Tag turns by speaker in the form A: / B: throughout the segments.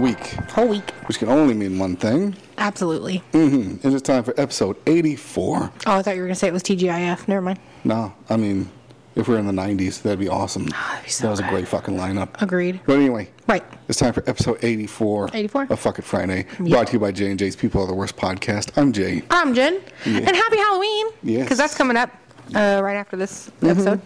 A: whole week.
B: which can only mean one thing.
A: Absolutely.
B: Mm-hmm. It is time for episode 84.
A: Oh, I thought you were going to say it was TGIF. Never mind.
B: No, I mean, if we're in the 90s, that'd be awesome.
A: Ah, that'd be
B: Mm.
A: so
B: that was a
A: good.
B: great fucking lineup.
A: Agreed.
B: But anyway,
A: Right.
B: It's time for episode 84.
A: 84?
B: Of Fuck It Friday.
A: Yeah.
B: Brought to you by J and J's People Are the Worst podcast. I'm Jay.
A: I'm Jen.
B: Yeah.
A: And happy Halloween.
B: Yes. Mm-hmm.
A: Because that's coming up uh, right after this episode.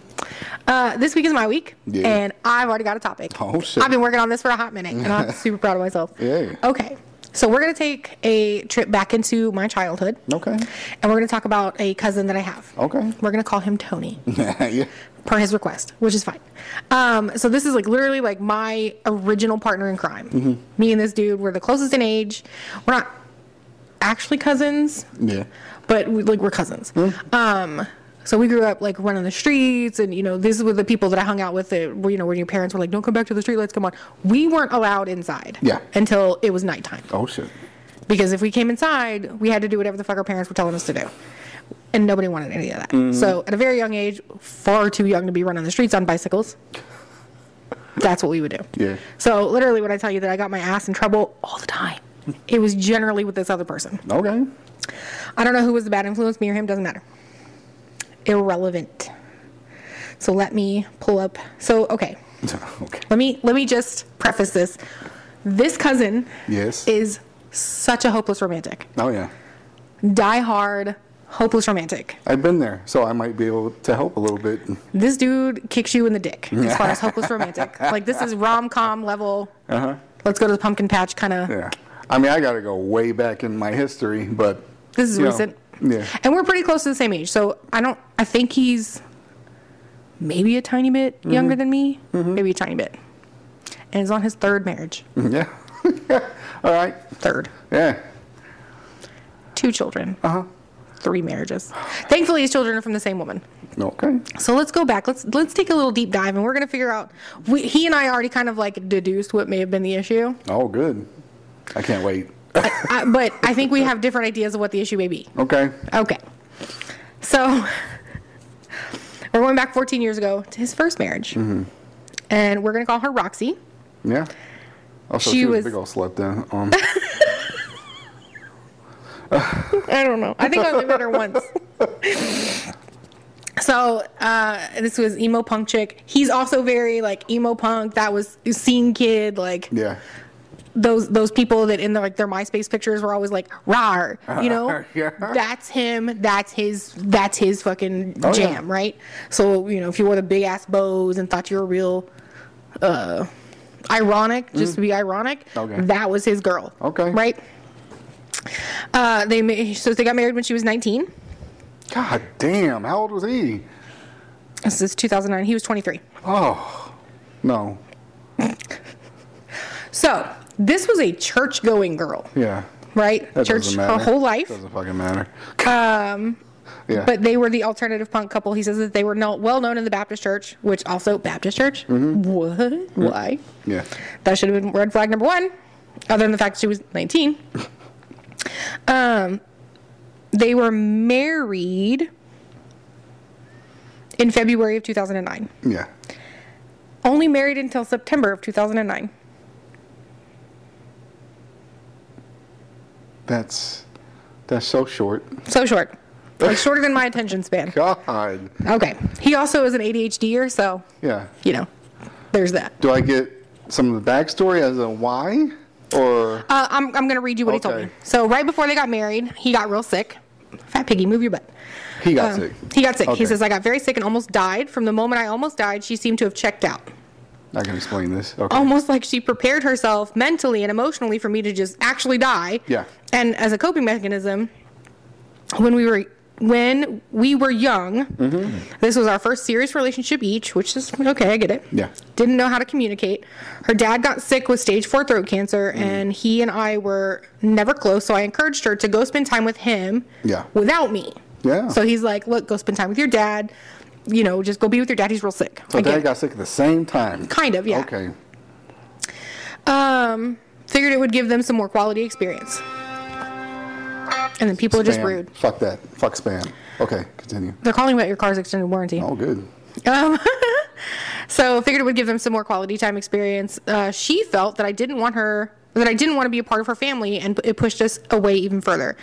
A: Uh, this week is my week.
B: Yeah.
A: And I've already got a topic.
B: Oh, shit.
A: I've been working on this for a hot minute, and I'm super proud of myself.
B: Yeah.
A: Okay. So we're going to take a trip back into my childhood.
B: Okay.
A: And we're going to talk about a cousin that I have.
B: Okay.
A: We're going to call him Tony.
B: yeah.
A: per his request, which is fine. Um, so this is like literally like my original partner in crime.
B: Mm-hmm.
A: Me and this dude were the closest in age. We're not actually cousins,
B: Yeah.
A: but we, like we're cousins.
B: Mm.
A: Um, so we grew up like running the streets, and you know these were the people that I hung out with. That were, you know when your parents were like, "Don't come back to the street lights, come on." We weren't allowed inside
B: Yeah.
A: until it was nighttime
B: Oh, shit.
A: because if we came inside, we had to do whatever the fuck our parents were telling us to do. And nobody wanted any of that.
B: Mm-hmm.
A: So at a very young age, far too young to be running the streets on bicycles, that's what we would do.
B: Yeah.
A: So literally, when I tell you that I got my ass in trouble all the time, it was generally with this other person.
B: Okay.
A: I don't know who was the bad influence, me or him, doesn't matter. Irrelevant. So let me pull up. So okay,
B: okay.
A: let me let me just preface this. This cousin
B: Yes.
A: is such a hopeless romantic
B: oh, yeah.
A: die hard, hopeless romantic.
B: I've been there, so I might be able to help a little bit.
A: This dude kicks you in the dick as far as hopeless romantic. Like this is rom com level.
B: Uh-huh.
A: Let's go to the pumpkin patch kind of.
B: Yeah. I mean, I got to go way back in my history, but.
A: This is
B: you know,
A: recent.
B: yeah.
A: And we're pretty close to the same age, so I don't. I think he's maybe a tiny bit younger than me, maybe a tiny bit. And he's on his third marriage.
B: Mm. Yeah. All right.
A: Third,
B: Yeah.
A: two children, uh-huh. three marriages. Thankfully, his children are from the same woman.
B: Okay.
A: So let's go back. Let's let's take a little deep dive, and we're gonna figure out. We, he and I already kind of like deduced what may have been the issue,
B: Oh, good. I can't wait.
A: I, but I think we have different ideas of what the issue may be.
B: Okay.
A: Okay, so we're going back 14 years ago to his first marriage, and we're gonna call her Roxy.
B: Yeah. Also, she,
A: She
B: was,
A: was-
B: a big old slut then. Um,
A: I don't know. I think I only met her once. So uh, this was emo punk chick. He's also very like emo punk. That was scene kid. Like
B: yeah.
A: those those people that in their like their MySpace pictures were always like rar, you know.
B: Yeah.
A: That's him. That's his. That's his fucking
B: Oh, yeah.
A: jam, right? So you know, if you wore the big ass bows and thought you were real, uh, ironic, just to be ironic,
B: Mm. Okay.
A: that was his girl.
B: Okay.
A: Right. Uh, they ma- so they got married when she was 19.
B: God damn. How old was he?
A: This is 2009. He was 23.
B: Oh, no.
A: So this was a church going girl,
B: Yeah.
A: right?
B: That
A: church
B: doesn't matter.
A: her whole life.
B: Doesn't fucking matter. Um. Yeah.
A: But they were the alternative punk couple. He says that they were no, well known in the Baptist church, which also Baptist church. What? Why?
B: yeah.
A: That should have been red flag number one. Other than the fact she was 19. um, they were married in February of 2009.
B: Yeah.
A: Only married until September of 2009.
B: That's that's so short.
A: So short, like shorter than my attention span.
B: God.
A: Okay. He also is an ADHDer, so
B: Yeah.
A: you know, there's that.
B: Do I get some of the backstory as a why or?
A: Uh, I'm, I'm going to read you what he told
B: Okay.
A: me. So, right before they got married, he got real sick. Fat piggy, move your butt.
B: He got
A: Um,
B: sick.
A: He got sick.
B: Okay.
A: He says, I got very sick and almost died. From the moment I almost died, she seemed to have checked out.
B: I can explain this. Okay.
A: Almost like she prepared herself mentally and emotionally for me to just actually die.
B: Yeah.
A: And as a coping mechanism, when we were. When we were young,
B: Mm-hmm.
A: this was our first serious relationship each, which is okay, I get it
B: Yeah.
A: didn't know how to communicate. Her dad got sick with stage four throat cancer,
B: Mm.
A: and he and I were never close. So I encouraged her to go spend time with him
B: Yeah.
A: without me.
B: Yeah.
A: So he's like, Look, go spend time with your dad. You know, just go be with your dad. He's real sick.
B: So
A: I get
B: dad
A: it.
B: got sick at the same time.
A: kind of, yeah.
B: Okay.
A: Um, figured it would give them some more quality experience. And then people are just
B: Spam.
A: rude.
B: Fuck that. Fuck spam. Okay, continue.
A: They're calling about your car's extended warranty.
B: Oh, good.
A: Um, so figured it would give them some more quality time experience. Uh, she felt that I didn't want her that I didn't want to be a part of her family, and it pushed us away even further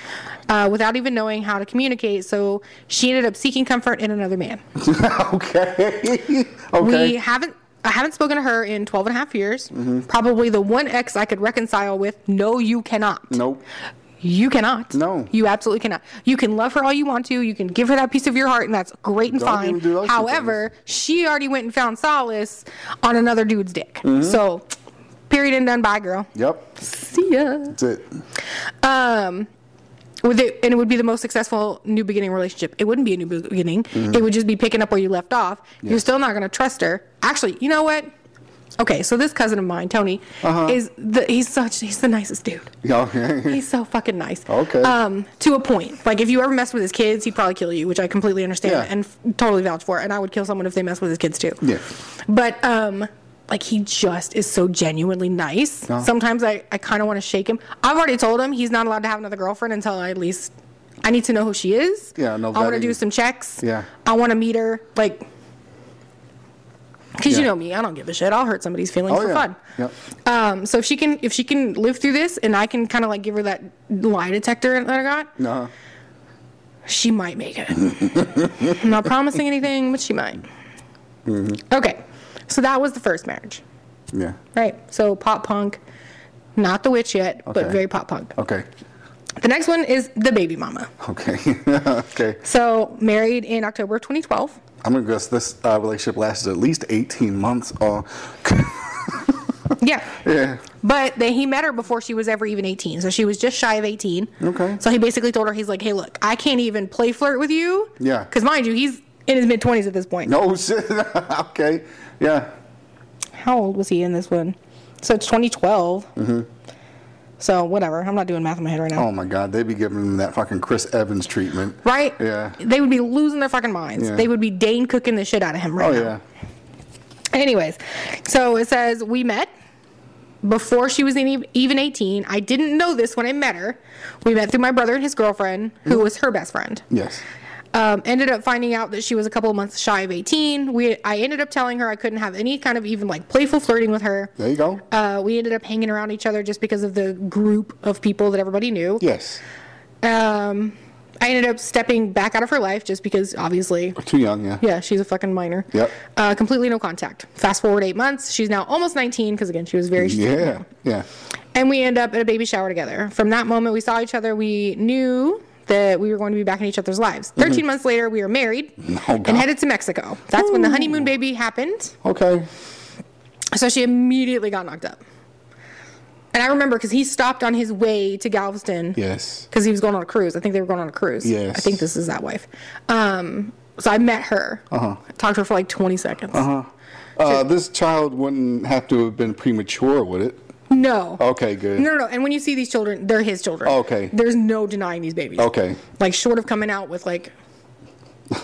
A: uh, without even knowing how to communicate. So she ended up seeking comfort in another man.
B: okay. okay. Mm-hmm.
A: We haven't. I haven't spoken to her in 12 and a half years. Probably the one ex I could reconcile with. No, you cannot.
B: nope.
A: You cannot.
B: No.
A: You absolutely cannot. You can love her all you want to. You can give her that piece of your heart, and that's great and
B: Don't even
A: fine.
B: do those two
A: However, she already went and found solace on another dude's dick.
B: Mm-hmm.
A: So, period and done. Bye, girl.
B: Yep.
A: See ya.
B: That's it.
A: Um, with it, and it would be the most successful new beginning relationship. It wouldn't be a new beginning.
B: Mm-hmm.
A: It would just be picking up where you left off. You're still not going to trust her. Actually, you know what? Okay, so this cousin of mine, Tony,
B: Uh-huh.
A: is the, he's such he's the nicest dude.
B: Okay.
A: He's so fucking nice.
B: Okay.
A: Um, to a point. Like if you ever mess with his kids, he'd probably kill you, which I completely understand
B: Yeah.
A: and f- totally vouch for. And I would kill someone if they mess with his kids too.
B: Yeah.
A: But um, like he just is so genuinely nice.
B: Oh.
A: Sometimes I, I kind of want to shake him. I've already told him he's not allowed to have another girlfriend until I at least I need to know who she is.
B: Yeah, no
A: I want to
B: vetting.
A: do some checks.
B: Yeah.
A: I want to meet her. Like. Cause you
B: Yeah.
A: know me, I don't give a shit. I'll hurt somebody's feelings
B: Oh,
A: for
B: yeah.
A: fun.
B: Yep.
A: Um, so if she can, if she can live through this, and I can kind of like give her that lie detector that I got,
B: No.
A: she might make it. I'm not promising anything, but she might. Okay, so that was the first marriage,
B: Yeah.
A: right? So pop punk, not the witch yet, but
B: Okay.
A: very pop punk.
B: Okay.
A: The next one is the baby mama.
B: Okay. okay.
A: So married in October of 2012.
B: I'm gonna guess this uh, relationship lasted at least 18 months. Or
A: Yeah.
B: yeah.
A: But then he met her before she was ever even 18. So she was just shy of 18.
B: Okay.
A: So he basically told her, he's like, hey, look, I can't even play flirt with you.
B: Yeah.
A: Because mind you, he's in his mid 20s at this point.
B: No shit. okay. Yeah.
A: How old was he in this one? So it's 2012. Mm-hmm. So whatever. I'm not doing math in my head right now.
B: Oh my God, they be giving him that fucking Chris Evans treatment.
A: Right?
B: Yeah.
A: They would be losing their fucking minds.
B: Yeah.
A: They would be Dane cooking the shit out of him right
B: Oh
A: now.
B: yeah.
A: Anyways, so it says we met before she was any- even 18. I didn't know this when I met her. We met through my brother and his girlfriend,
B: Mm-hmm.
A: who was her best friend.
B: Yes.
A: Um, ended up finding out that she was a couple of months shy of 18. We I ended up telling her I couldn't have any kind of even like playful flirting with her.
B: There you go.
A: Uh, we ended up hanging around each other just because of the group of people that everybody knew.
B: Yes.
A: Um, I ended up stepping back out of her life just because obviously
B: Too young. Yeah.
A: yeah, she's a fucking minor.
B: Yep.
A: Uh, completely no contact. Fast forward eight months, she's now almost 19 because again, she was very.
B: Yeah. Yeah.
A: And we end up at a baby shower together. From that moment, we saw each other. We knew that we were going to be back in each other's lives.
B: Mm-hmm.
A: 13 months later, we were married
B: Oh, God.
A: and headed to Mexico. That's when the honeymoon baby happened.
B: Okay.
A: So she immediately got knocked up. And I remember because he stopped on his way to Galveston.
B: Yes.
A: because he was going on a cruise. I think they were going on a cruise.
B: Yes.
A: I think this is that wife. Um, so I met her.
B: Uh-huh.
A: Talked to her for like 20 seconds.
B: Uh, this child wouldn't have to have been premature, would it?
A: No.
B: Oh, Okay. Good.
A: No, no, no. And when you see these children, they're his children.
B: Okay.
A: There's no denying these babies.
B: Okay.
A: Like short of coming out with like,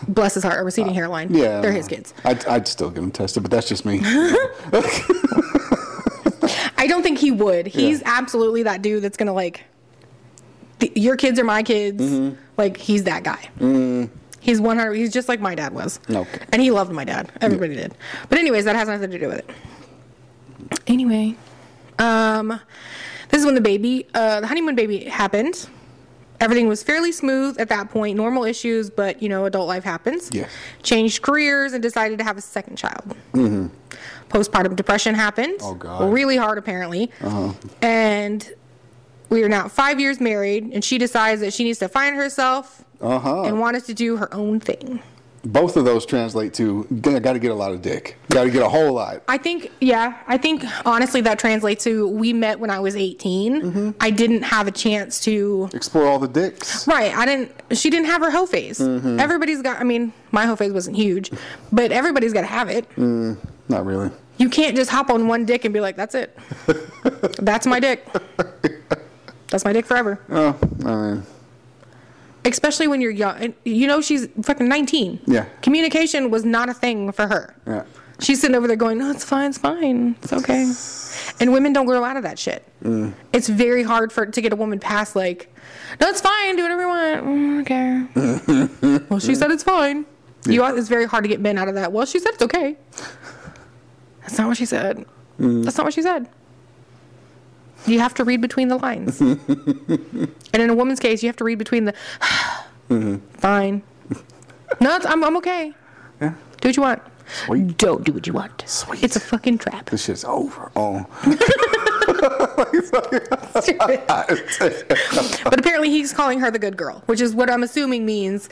A: bless his heart, a receding hairline.
B: Uh, Yeah.
A: They're his kids.
B: I'd, I'd still get him tested, but that's just me.
A: I don't think he would. He's absolutely that dude that's gonna like, th- your kids are my kids. Like he's that guy. He's 100. He's just like my dad was.
B: Okay.
A: And he loved my dad. Everybody did. But anyways, that has nothing to do with it. Anyway, um, this is when the baby, uh, the honeymoon baby happened. Everything was fairly smooth at that point. Normal issues, but you know, adult life happens.
B: Yes.
A: Changed careers and decided to have a second child. Mm-hmm. Postpartum depression happened.
B: Oh, God. Uh-huh.
A: Really hard, apparently. And we are now five years married, and she decides that she needs to find herself
B: Uh huh.
A: and wanted to do her own thing.
B: Both of those translate to got to get a lot of dick. Got to get a whole lot.
A: I think, yeah, I think honestly that translates to we met when I was 18.
B: Mm-hmm.
A: I didn't have a chance to.
B: Explore all the dicks.
A: Right, I didn't. She didn't have her hoe phase.
B: Mm-hmm.
A: Everybody's got. I mean, my hoe phase wasn't huge, but everybody's got to have it.
B: Not really.
A: You can't just hop on one dick and be like, "That's it. That's my dick. That's my dick forever."
B: Oh, I mean,
A: especially when you're young. And you know, she's fucking 19.
B: Yeah.
A: Communication was not a thing for her.
B: yeah.
A: She's sitting over there going, no, it's fine, it's fine, it's okay. And women don't grow out of that shit.
B: Mm.
A: It's very hard for to get a woman past like, no, it's fine, do whatever you want. Mm, I don't care. well, she said it's fine. You ought, it's very hard to get men out of that. Well, she said it's
B: Mm.
A: okay. That's not what she said. That's not what she said. You have to read between the lines. and in a woman's case, you have to read between the.
B: Mm-hmm.
A: Fine. No, it's, I'm, I'm okay.
B: Yeah.
A: Do what you want.
B: Sweet.
A: Don't do what you want.
B: Sweet.
A: It's a fucking trap.
B: This shit's over. Oh.
A: but apparently he's calling her the good girl, which is what I'm assuming means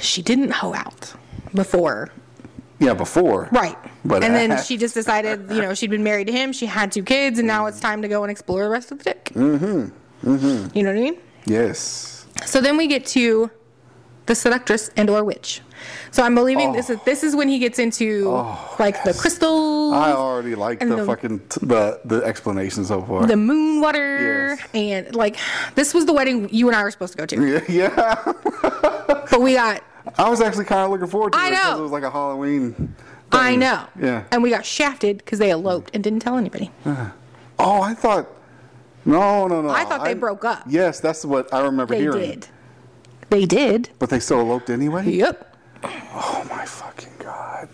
A: she didn't hoe out before.
B: Yeah, before.
A: Right.
B: But
A: and then
B: I-
A: she just decided, you know, she'd been married to him, she had two kids, and now it's time to go and explore the rest of the dick. Mm-hmm. Mm-hmm. You know what I mean?
B: Yes.
A: So then we get to the seductress and or witch. So I'm believing
B: Oh.
A: this is this is when he gets into like the crystals,
B: I already like
A: And
B: the,
A: the-
B: fucking t- the the explanation so far.
A: the moon water,
B: Yes.
A: and like this was the wedding you and I were supposed to go
B: yeah,
A: to.
B: yeah.
A: But we got
B: I was actually kind of looking forward to
A: I
B: it 'cause
A: know.
B: it was like a Halloween.
A: I
B: thing.
A: know.
B: Yeah.
A: And we got shafted because they eloped and didn't tell anybody.
B: Oh, I thought. No, no, no.
A: I thought they broke up.
B: Yes, that's what I remember
A: They
B: hearing.
A: did. They did.
B: But they still eloped anyway.
A: Yep.
B: Oh my fucking god.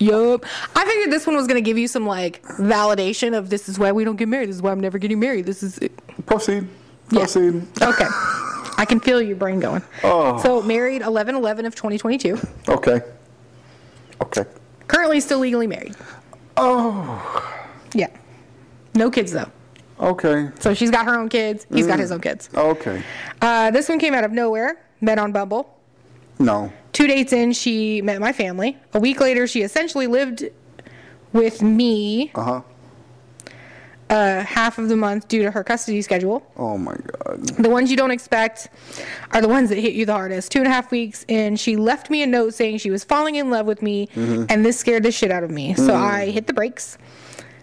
A: Yep. I figured this one was gonna give you some like validation of this is why we don't get married. This is why I'm never getting married. This is it.
B: Proceed.
A: Yeah.
B: Proceed.
A: okay. I can feel your brain going.
B: Oh.
A: So married 11 11 of 2022.
B: Okay. Okay.
A: Currently still legally married.
B: Oh.
A: Yeah. No kids though.
B: Okay.
A: So she's got her own kids. He's
B: Mm.
A: got his own kids.
B: Okay.
A: Uh, this one came out of nowhere. Met on Bumble.
B: No.
A: Two dates in, she met my family. A week later, she essentially lived with me
B: Uh huh.
A: uh, half of the month due to her custody schedule.
B: Oh my god.
A: The ones you don't expect are the ones that hit you the hardest. Two and a half weeks in, she left me a note saying she was falling in love with me, and this scared the shit out of me. So I hit the brakes.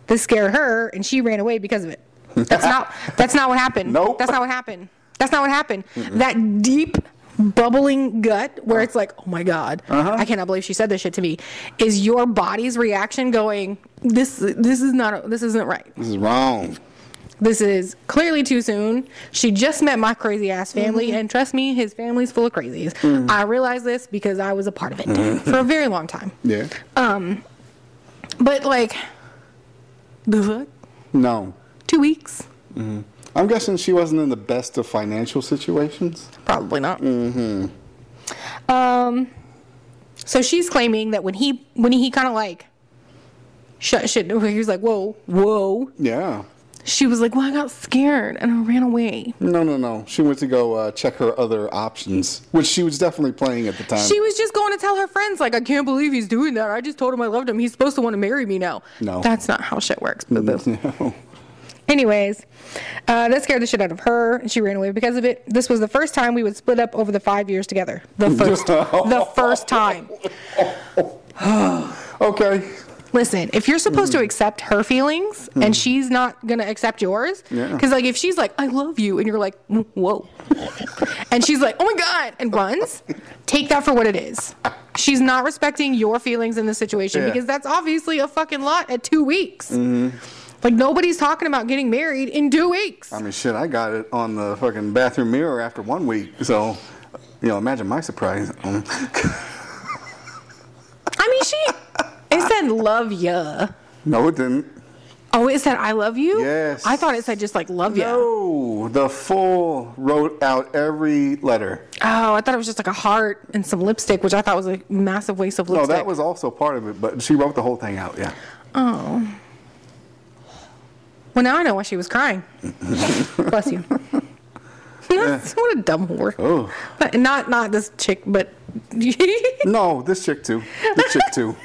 A: This scared her, and she ran away because of it. That's not. That's not what happened.
B: Nope.
A: That's not what happened. That's not what happened. That deep bubbling gut where it's like, oh my god, I cannot believe she said this shit to me. Is your body's reaction going? This. This is not. This isn't right.
B: This is wrong.
A: This is clearly too soon. She just met my crazy ass family, and trust me, his family's full of crazies. I realize this because I was a part of it for a very long time. Um,
B: Yeah.
A: But like, the fuck?
B: No.
A: Two weeks?
B: I'm guessing she wasn't in the best of financial situations.
A: Probably not. Mm-hmm. Um. So she's claiming that when he when he kind of like shut shit, he was like, whoa, whoa.
B: Yeah.
A: She was like, well, I got scared and I ran away.
B: No, no, no. She went to go uh, check her other options, which she was definitely playing at the time.
A: She was just going to tell her friends, like, I can't believe he's doing that. I just told him I loved him. He's supposed to want to marry me now.
B: No.
A: That's not how shit works, boo boo.
B: No.
A: Anyways, uh, that scared the shit out of her, and she ran away because of it. This was the first time we would split up over the five years together. The first, the first time.
B: Okay.
A: Listen, if you're supposed
B: Mm.
A: to accept her feelings and she's not gonna accept yours,
B: Yeah.
A: because like if she's like, "I love you," and you're like, "Whoa," and she's like, "Oh my god," and runs, take that for what it is. She's not respecting your feelings in this situation
B: Yeah. Mm-hmm.
A: because that's obviously a fucking lot at two weeks. Like nobody's talking about getting married in two weeks.
B: I mean, shit, I got it on the fucking bathroom mirror after one week. So, you know, imagine my surprise. Um,
A: I mean, she. It said "love ya."
B: no, it didn't.
A: Oh, it said "I love you."
B: Yes.
A: I thought it said just like "love ya."
B: No, the full wrote out every letter.
A: Oh, I thought it was just like a heart and some lipstick, which I thought was a massive waste of
B: No,
A: lipstick.
B: that was also part of it, but she wrote the whole thing out. Yeah.
A: Oh. Well, now I know why she was crying. Bless you. what a dumb whore.
B: Oh.
A: But not not this chick, but
B: No, this chick too. This chick too.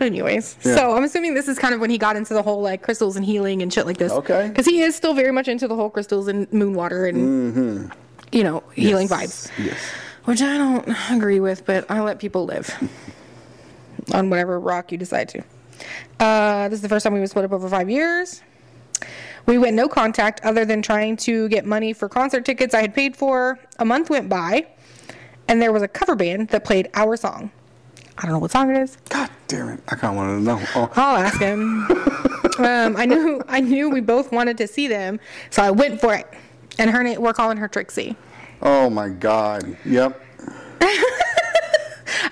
A: anyways.
B: Yeah.
A: So I'm assuming this is kind of when he got into the whole like crystals and healing and shit like this.
B: Okay.
A: Because he is still very much into the whole crystals and moon water and you know healing vibes.
B: Mm-hmm. Yes.
A: which I don't agree with, but I let people live on whatever rock you decide to. Uh, this is the first time we would split up over five years. We went no contact other than trying to get money for concert tickets I had paid for. A month went by, and there was a cover band that played our song. I don't know what song it is.
B: God damn it. I kind of wanted to know. Oh,
A: I'll ask him. um, I knew I knew we both wanted to see them, so I went for it. And her name, we're calling her Trixie.
B: oh my God. Yep.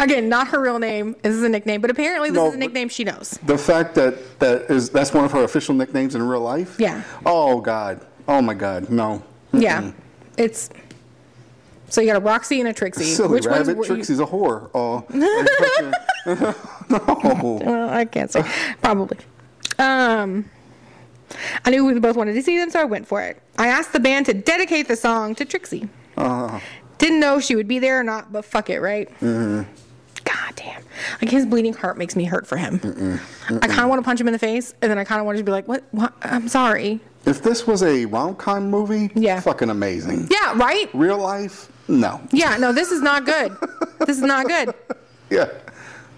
A: Again, not her real name. This is a nickname, but apparently this
B: No,
A: is a
B: but-
A: nickname she knows.
B: The fact that that is that's one of her official nicknames in real life.
A: Yeah.
B: Oh God. Oh my God. No. Mm-hmm.
A: Yeah, it's. So you got a Roxy and a Trixie.
B: Silly
A: Which one's
B: rabbit.
A: were you-
B: Trixie's a whore. Oh. no.
A: Well, I can't say. Probably. Um, I knew we both wanted to see them, so I went for it. I asked the band to dedicate the song to Trixie.
B: Uh,
A: Didn't know she would be there or not, but fuck it, right? Mm-hmm. God damn. Like his bleeding heart makes me hurt for him. I kind of want to punch him in the face, and then I kind of want to be like, what? what? I'm sorry.
B: if this was a rom com movie,
A: Yeah.
B: fucking amazing.
A: Yeah, right?
B: Real life, no.
A: Yeah, no, this is not good. this is not good.
B: Yeah.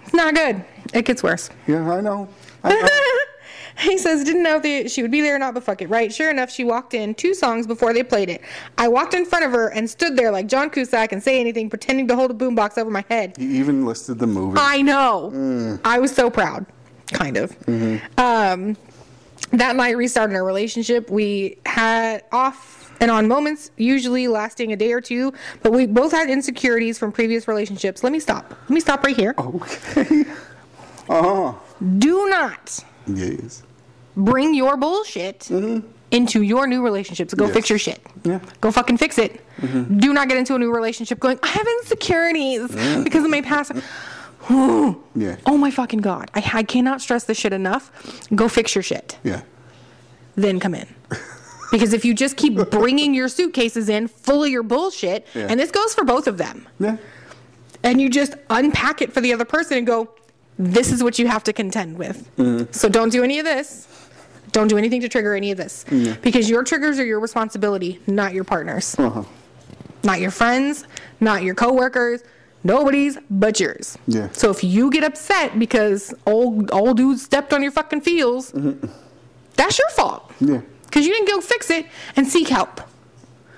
A: It's not good. It gets worse.
B: Yeah, I know. I know.
A: he says, didn't know if the, she would be there or not, but fuck it, right? Sure enough, she walked in two songs before they played it. I walked in front of her and stood there like John Cusack and say anything, pretending to hold a boombox over my head.
B: he even listed the movie.
A: I know.
B: Mm.
A: I was so proud, kind of.
B: Mm-hmm.
A: Um, that night restarted our relationship. We had off and on moments, usually lasting a day or two, but we both had insecurities from previous relationships. Let me stop. Let me stop right here.
B: okay. Uh huh.
A: Do not
B: Yes.
A: bring your bullshit into your new relationships. Go
B: Mm-hmm. Yes.
A: fix your shit.
B: Yeah. Mm-hmm.
A: Go fucking fix it. Do not get into a new relationship going, I have insecurities because of my past. Ooh.
B: Yeah.
A: Oh my fucking God. I, I cannot stress this shit enough. Go fix your shit.
B: Yeah.
A: Then come in. Because if you just keep bringing your suitcases in full of your bullshit,
B: Yeah.
A: and this goes for both of them,
B: Yeah.
A: and you just unpack it for the other person and go, this is what you have to contend with.
B: Mm-hmm.
A: So don't do any of this. Don't do anything to trigger any of this.
B: Mm-hmm.
A: Because your triggers are your responsibility, not your partner's,
B: Uh huh.
A: not your friends, not your coworkers, nobody's but yours.
B: Yeah.
A: So if you get upset because old old dude stepped on your fucking feels, that's your fault.
B: Mm-hmm. Yeah.
A: Because you didn't go fix it and seek help.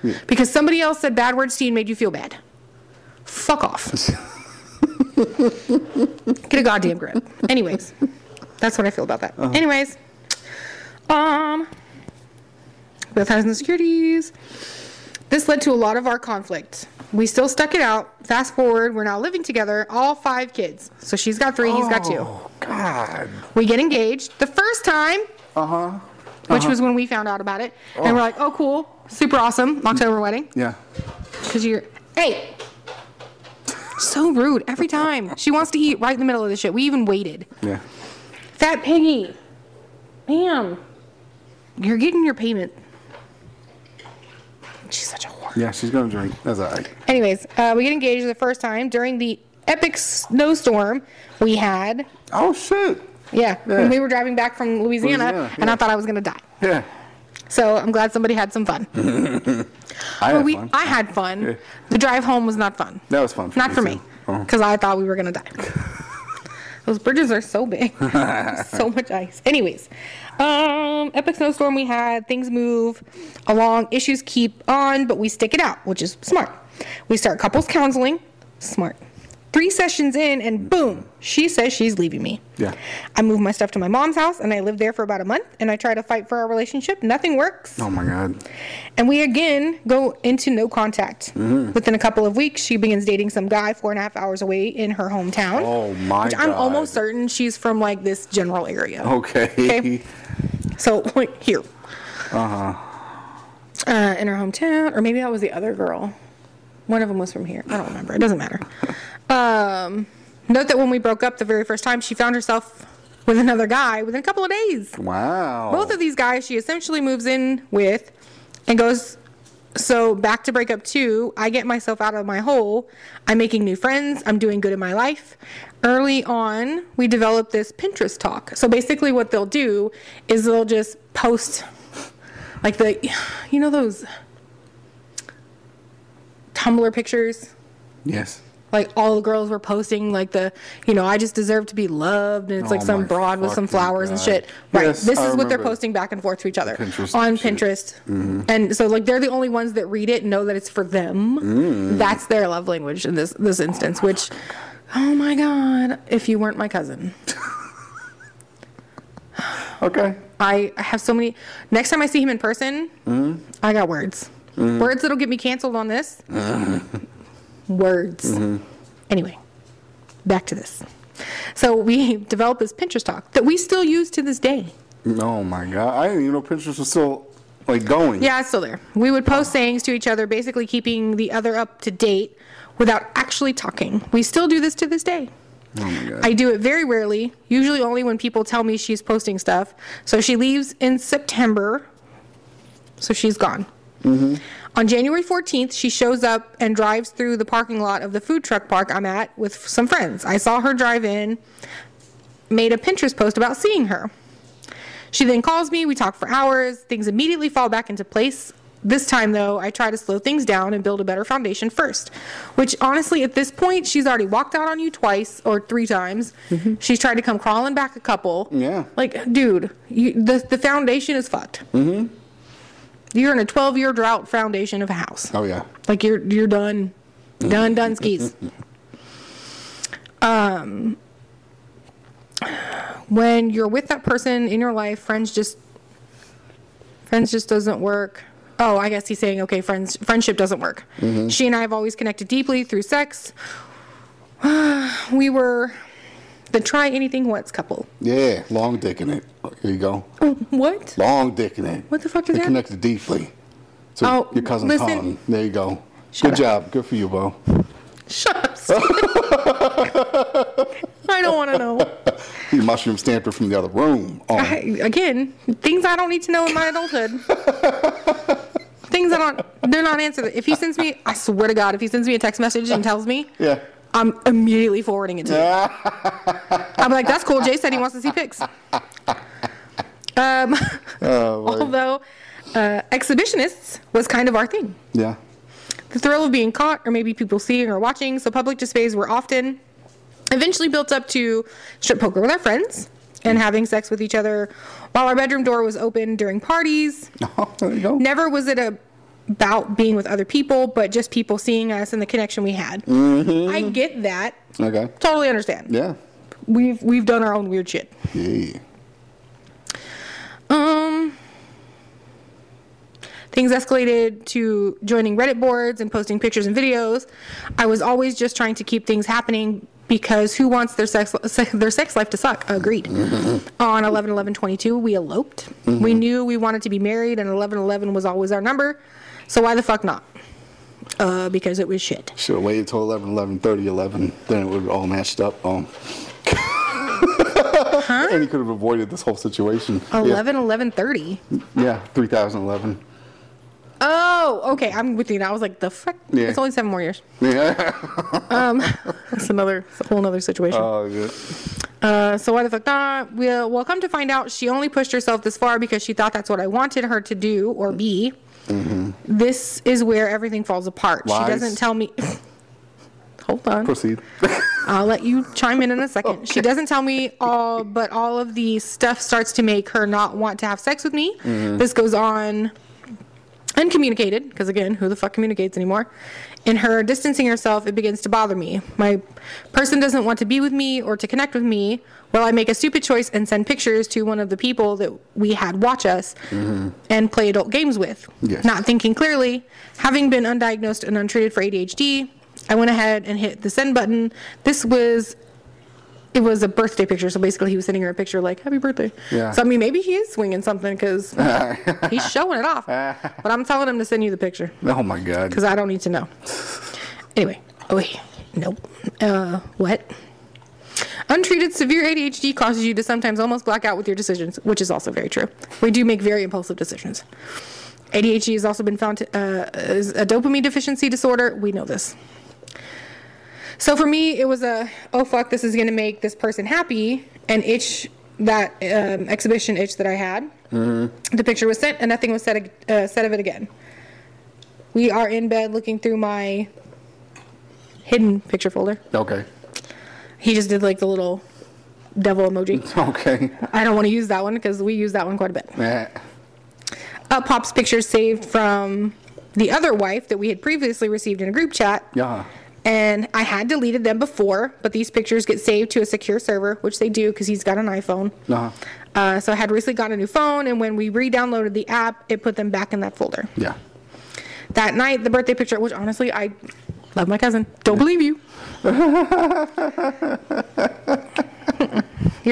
B: Yeah.
A: Because somebody else said bad words to you and made you feel bad. Fuck off. Get a goddamn grip. Anyways, that's what I feel about that.
B: Uh-huh.
A: Anyways, um, both has insecurities. This led to a lot of our conflict. We still stuck it out. Fast forward, we're now living together, all five kids. So she's got three, he's got two.
B: Oh God.
A: We get engaged the first time,
B: Uh huh.
A: which
B: Uh-huh.
A: was when we found out about it. And we're like, oh, cool, super awesome, October wedding.
B: Yeah.
A: Because you're, hey! So rude every time. She wants to eat right in the middle of the shit. We even waited.
B: Yeah.
A: Fat Piggy, ma'am, you're getting your payment. She's such a whore.
B: Yeah. She's gonna drink. That's all right.
A: Anyways, uh, we get engaged the first time during the epic snowstorm we had.
B: Oh shit.
A: Yeah,
B: Yeah.
A: when we were driving back from Louisiana,
B: Louisiana,
A: and I
B: yeah.
A: thought I was gonna die.
B: Yeah.
A: So I'm glad somebody had some fun.
B: I
A: But
B: had
A: we,
B: fun.
A: I had fun.
B: Yeah.
A: The drive home was not fun.
B: That was fun.
A: Not for me,
B: too. Uh-huh.
A: because I thought we were gonna die. Those bridges are so big, There's so much ice. Anyways, um, epic snowstorm we had. Things move along. Issues keep on, but we stick it out, which is smart. We start couples counseling. Smart. Three sessions in, and boom, she says she's leaving me.
B: Yeah.
A: I moved my stuff to my mom's house, and I lived there for about a month. And I try to fight for our relationship. Nothing works.
B: Oh my God.
A: And we again go into no contact.
B: Mm-hmm.
A: Within a couple of weeks, she begins dating some guy four and a half hours away in her hometown.
B: Oh, my
A: Which I'm
B: God. Oh.
A: almost certain she's from like this general area.
B: Okay.
A: Okay. So like, here.
B: Uh huh.
A: Uh, in her hometown, or maybe that was the other girl. One of them was from here. I don't remember. It doesn't matter. Um, note that when we broke up the very first time, she found herself with another guy within a couple of days.
B: Wow.
A: both of these guys she essentially moves in with and goes so back to breakup two i get myself out of my hole i'm making new friends i'm doing good in my life early on we developed this pinterest talk so basically what they'll do is they'll just post like the you know those tumblr pictures
B: Yes.
A: like all the girls were posting like the you know i just deserve to be loved and it's like
B: Oh
A: some
B: my
A: broad with
B: fucking
A: some flowers and
B: God.
A: shit right
B: Yes,
A: this
B: I
A: is what they're
B: remember.
A: posting back and forth to each other
B: Pinterest
A: on
B: shit. Mm-hmm.
A: pinterest and so like they're the only ones that read it and know that it's for them
B: Mm.
A: that's their love language in this this instance which oh my god if you weren't my cousin
B: Okay.
A: i I have so many next time i see him in person i got words words that'll get me canceled on this words anyway back to this. So we developed this Pinterest talk that we still use to this day.
B: Oh my God. I didn't even know Pinterest was still like going.
A: Yeah, it's still there. We would post sayings to each other, basically keeping the other up to date without actually talking. We still do this to this day.
B: Oh my God.
A: I do it very rarely, usually only when people tell me she's posting stuff. So she leaves in September, so she's gone. On January 14th, she shows up and drives through the parking lot of the food truck park I'm at with some friends. I saw her drive in, made a Pinterest post about seeing her. She then calls me, we talk for hours, things immediately fall back into place. This time, though, I try to slow things down and build a better foundation first. Which, honestly, at this point, she's already walked out on you twice or three times. She's tried to come crawling back a couple.
B: Yeah.
A: Like, dude, you, the, the foundation is fucked. Mm-hmm. You're in a 12 year drought foundation of a house.
B: oh yeah.
A: Like you're you're done, done, done skis. Um, when you're with that person in your life, friends just friends just doesn't work. Oh, I guess he's saying okay, friends friendship doesn't work. She and I have always connected deeply through sex. we were the try anything once couple.
B: Yeah. Long dicking it. Here you go.
A: What?
B: Long dicking it.
A: What the fuck is
B: They
A: that?
B: connected deeply. So
A: Oh,
B: your cousin
A: listen-
B: Tom. There you go.
A: Shut
B: Good
A: up.
B: job. Good for you, Bo.
A: Shut up. Steve. I don't want to know.
B: You mushroom stamper from the other room. Oh,
A: I, again, things I don't need to know in my adulthood. things I don't, they're not answered. If he sends me, I swear to God, if he sends me a text message and tells me,
B: yeah.
A: I'm immediately forwarding it to you. I'll be like, that's cool. Jay said he wants to see pics. Um,
B: Oh, boy.
A: although, uh, exhibitionists was kind of our thing.
B: yeah.
A: The thrill of being caught, or maybe people seeing or watching, so public displays were often eventually built up to strip poker with our friends and having sex with each other while our bedroom door was open during parties.
B: Oh, there you go.
A: Never was it a, about being with other people, but just people seeing us and the connection we had. I get that.
B: Okay.
A: Totally understand.
B: Yeah.
A: We've we've done our own weird shit.
B: Yeah.
A: Um, things escalated to joining Reddit boards and posting pictures and videos. I was always just trying to keep things happening because who wants their sex se- their sex life to suck? Agreed. On 11 11 22, we eloped. We
B: Mm-hmm.
A: knew we wanted to be married, and 11 11 was always our number. So why the fuck not? Uh, because it was shit.
B: Should have waited till 11, 11, 11. Then it would have all matched up. Um, And you could have avoided this whole situation.
A: 11 11 30.
B: Yeah, yeah 3011.
A: Oh, okay. I'm with you now. I was like, the fuck?
B: Yeah.
A: It's only seven more years. Um,
B: Yeah.
A: That's another, it's a whole other situation.
B: oh, good.
A: Uh, so why the fuck not? We'll, well, come to find out, she only pushed herself this far because she thought that's what I wanted her to do or be. This is where everything falls apart.
B: Lies.
A: She doesn't tell me. Hold on.
B: Proceed.
A: I'll let you chime in in a second. She doesn't tell me all, but all of the stuff starts to make her not want to have sex with me. This goes on uncommunicated, because again, who the fuck communicates anymore? In her distancing herself, it begins to bother me. My person doesn't want to be with me or to connect with me. Well, I make a stupid choice and send pictures to one of the people that we had watch us and play adult games with.
B: Yes.
A: Not thinking clearly, having been undiagnosed and untreated for ADHD, I went ahead and hit the send button. This was it was a birthday picture, so basically he was sending her a picture like "Happy birthday."
B: Yeah.
A: So I mean, maybe he is swinging something because he's showing it off. But I'm telling him to send you the picture
B: oh, my God.
A: because I don't need to know. Anyway, oh wait, nope. Uh, what? Untreated severe ADHD causes you to sometimes almost black out with your decisions, which is also very true. We do make very impulsive decisions. ADHD has also been found to, uh, is a dopamine deficiency disorder. We know this. So for me, it was a oh fuck, this is gonna make this person happy, an itch that um, exhibition itch that I had. The picture was sent, and nothing was said ag- uh, said of it again. We are in bed looking through my hidden picture folder.
B: Okay.
A: He just did like the little devil emoji.
B: Okay.
A: I don't want to use that one because we use that one quite a bit.
B: Yeah.
A: Up pops pictures saved from the other wife that we had previously received in a group chat.
B: Yeah.
A: And I had deleted them before, but these pictures get saved to a secure server, which they do because he's got an iPhone.
B: Uh-huh.
A: Uh, so I had recently got a new phone, and when we re downloaded the app, it put them back in that folder.
B: Yeah.
A: That night, the birthday picture, which honestly, I Love my cousin. Don't believe you. Your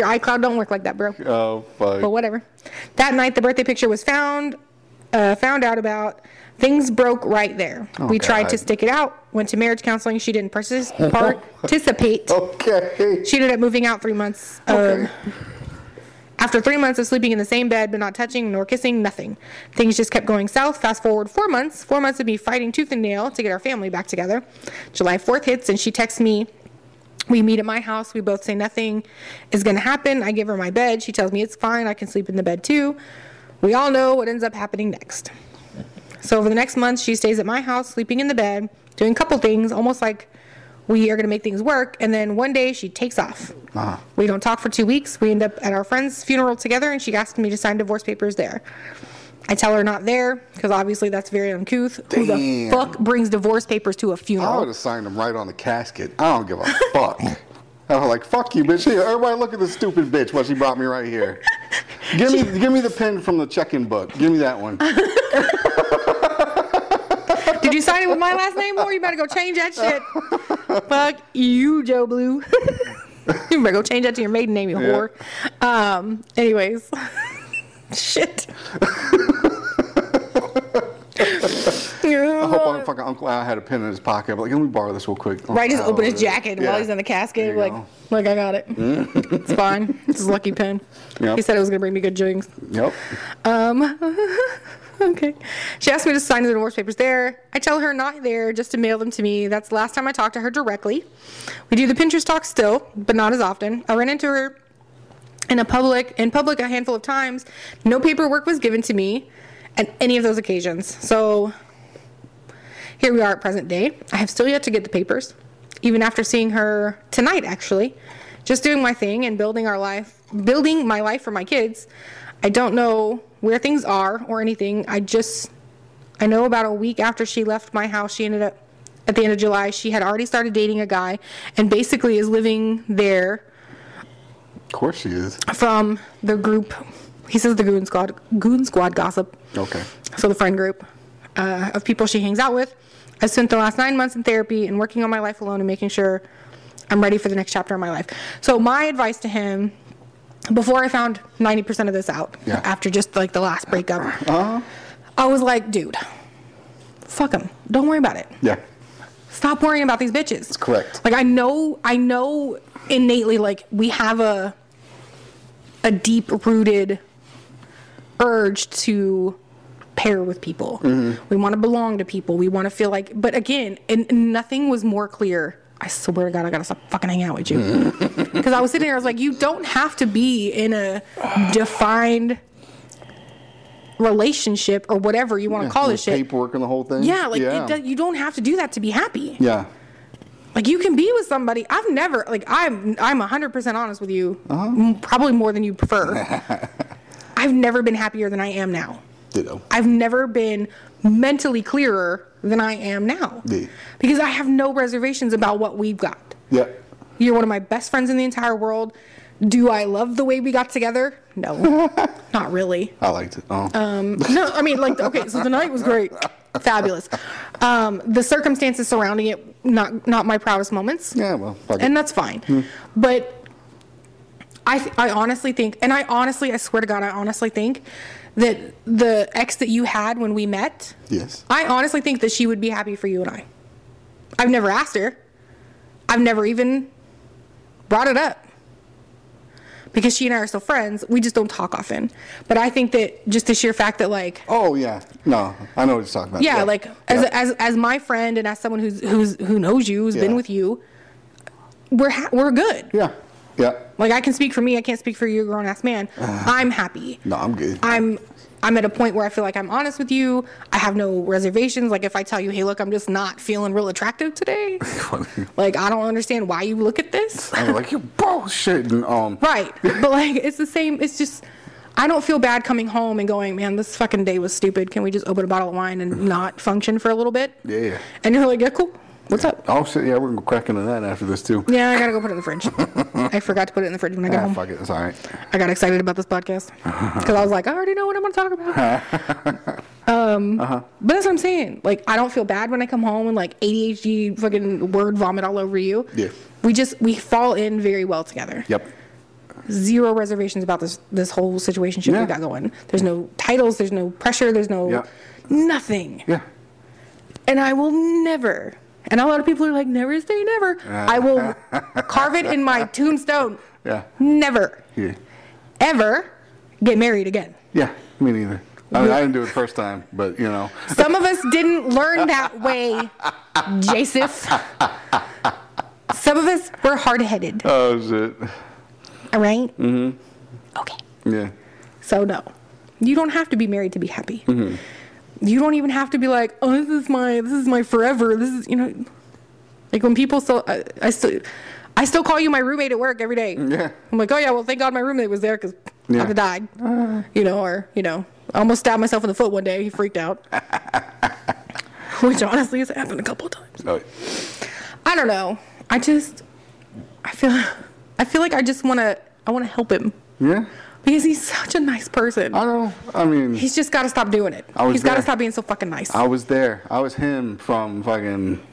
A: iCloud don't work like that, bro.
B: Oh, fuck.
A: But whatever. That night, the birthday picture was found. Uh, found out about. Things broke right there. we tried to
B: God.
A: stick it out. Went to marriage counseling. She didn't persis- participate.
B: okay.
A: She ended up moving out three months. Um, After three months of sleeping in the same bed but not touching nor kissing, nothing. Things just kept going south. Fast forward four months. Four months of me fighting tooth and nail to get our family back together. July 4th hits and she texts me. We meet at my house. We both say nothing is going to happen. I give her my bed. She tells me it's fine. I can sleep in the bed too. We all know what ends up happening next. So over the next month, she stays at my house, sleeping in the bed, doing a couple things, almost like we are going to make things work. And then one day she takes off. We don't talk for two weeks. We end up at our friend's funeral together, and she asked me to sign divorce papers there. I tell her not there because obviously that's very uncouth. Who the
B: Damn. Oh,
A: fuck brings divorce papers to a
B: I would
A: funeral?
B: have signed them right on the casket. I don't give a fuck. I was like, fuck you, bitch. Here, everybody look at this stupid bitch while she brought me right here. Give me, give me the pen from the check-in book. Give me that one.
A: Did you sign it with my last name, or you better go change that shit? fuck you, Joe Blue. you better go change that to your maiden name, you
B: Yeah.
A: whore. Um. Anyways, shit.
B: I hope my fucking Uncle Al had a pen in his pocket. I'm like, let me borrow this real quick. Uncle
A: Right, just
B: Al
A: open his
B: is-
A: jacket
B: Oh, yeah.
A: while he's in the
B: There
A: casket.
B: you
A: Like,
B: go.
A: look, I got it. it's fine. It's his lucky pen.
B: Yeah.
A: He said it was gonna bring me good drinks.
B: Yep.
A: Um, okay. She asked me to sign the divorce papers there. I tell her not there, just to mail them to me. That's the last time I talked to her directly. We do the Pinterest talk still, but not as often. I ran into her in a public in public a handful of times. No paperwork was given to me at any of those occasions. So here we are at present day. I have still yet to get the papers, even after seeing her tonight, actually. Just doing my thing and building our life, building my life for my kids. I don't know where things are or anything. I just, I know about a week after she left my house, she ended up, at the end of July, she had already started dating a guy and basically is living there
B: Of course she is.
A: from the group. He says the Goon Squad, Goon Squad gossip
B: Okay.
A: so the friend group uh, of people she hangs out with. I spent the last nine months in therapy and working on my life alone and making sure I'm ready for the next chapter of my life. So my advice to him, before I found 90% of this out,
B: Yeah.
A: after just like the last breakup, I was like, dude, fuck him. Don't worry about it.
B: Yeah.
A: Stop worrying about these bitches. That's
B: correct.
A: Like I know, I know innately, like we have a a deep rooted urge to pair with people.
B: Mm-hmm.
A: We want to belong to people. We want to feel like. But again, and nothing was more clear. I swear to God, I gotta stop fucking hanging out with you.
B: Mm-hmm.
A: Because I was sitting there, I was like, you don't have to be in a defined relationship or whatever you want to call
B: The
A: this shit.
B: Paperwork and the whole thing.
A: Yeah, like
B: yeah.
A: It does, you don't have to do that to be happy.
B: yeah.
A: Like you can be with somebody. I've never like I'm I'm 100% honest with you.
B: Uh-huh.
A: m- Probably more than you prefer. I've never been happier than I am now.
B: Ditto.
A: I've never been mentally clearer than I am now.
B: Yeah.
A: Because I have no reservations about what we've got.
B: Yeah.
A: You're one of my best friends in the entire world. Do I love the way we got together? No. not really.
B: I liked it. Oh.
A: Um, no, I mean, like, okay, so the night was great, fabulous. Um, the circumstances surrounding it, not not my proudest moments,
B: yeah. Well. Fuck
A: and
B: it.
A: that's fine.
B: Hmm.
A: But I th- I honestly think, and I honestly, I swear to God, I honestly think that the ex that you had when we met,
B: Yes.
A: I honestly think that she would be happy for you and I. I've never asked her. I've never even brought it up. Because she and I are still friends, we just don't talk often. But I think that just the sheer fact that like
B: Oh yeah. No. I know what you're talking about.
A: yeah, like as,
B: Yeah.
A: as as my friend and as someone who's who's who knows you, who's been
B: Yeah.
A: with you, we're ha- we're good.
B: yeah. Yeah.
A: Like I can speak for me, I can't speak for you, grown ass man. I'm happy.
B: No, I'm good.
A: I'm I'm at a point where I feel like I'm honest with you. I have no reservations. Like if I tell you, hey, look, I'm just not feeling real attractive today. like I don't understand why you look at this.
B: I'm like you bullshit and um
A: Right. But like it's the same it's just I don't feel bad coming home and going, man, this fucking day was stupid. Can we just open a bottle of wine and not function for a little bit?
B: Yeah.
A: And you're like, yeah, cool. What's up?
B: Oh shit, yeah, we're gonna crack into that after this too.
A: Yeah, um, I gotta go put it in the fridge. I forgot to put it in the fridge when I got
B: Ah,
A: home.
B: fuck it, it's alright. Uh-huh.
A: I got excited about this podcast because I was like, I already know what I'm going to talk about. Um,
B: Uh-huh.
A: But that's what I'm saying. Like, I don't feel bad when I come home and like ADHD fucking word vomit all over you.
B: Yeah.
A: We just we fall in very well together.
B: Yep.
A: Zero reservations about this this whole situation
B: Yeah.
A: we got going. There's no titles. There's no pressure. There's no
B: Yeah.
A: nothing.
B: Yeah.
A: And I will never. And a lot of people are like, never say never. I will carve it in my tombstone.
B: Yeah.
A: Never,
B: Yeah.
A: ever get married again.
B: Yeah. Me neither. I, mean, I didn't do it first time, but you know.
A: Some of us didn't learn that way, Jasif. Some of us were hard headed,
B: Oh shit.
A: all right? Mm-hmm. Okay.
B: Yeah.
A: So, no. You don't have to be married to be happy. You don't even have to be like, oh, this is my, this is my forever. This is, you know, like when people still, I, I still, I still call you my roommate at work every day.
B: Yeah.
A: I'm like, oh yeah, well, thank God my roommate was there because
B: Yeah.
A: I'd have died. You know, or, you know, I almost stabbed myself in the foot one day. He freaked out. Which honestly has happened a couple of times.
B: Oh,
A: I don't know. I just, I feel, I feel like I just want to, I want to help him
B: yeah.
A: because he's such a nice person.
B: I don't. I mean,
A: He's just got to stop doing it.
B: I was
A: He's got to
B: there.
A: stop being so fucking nice.
B: I was there. I was him from fucking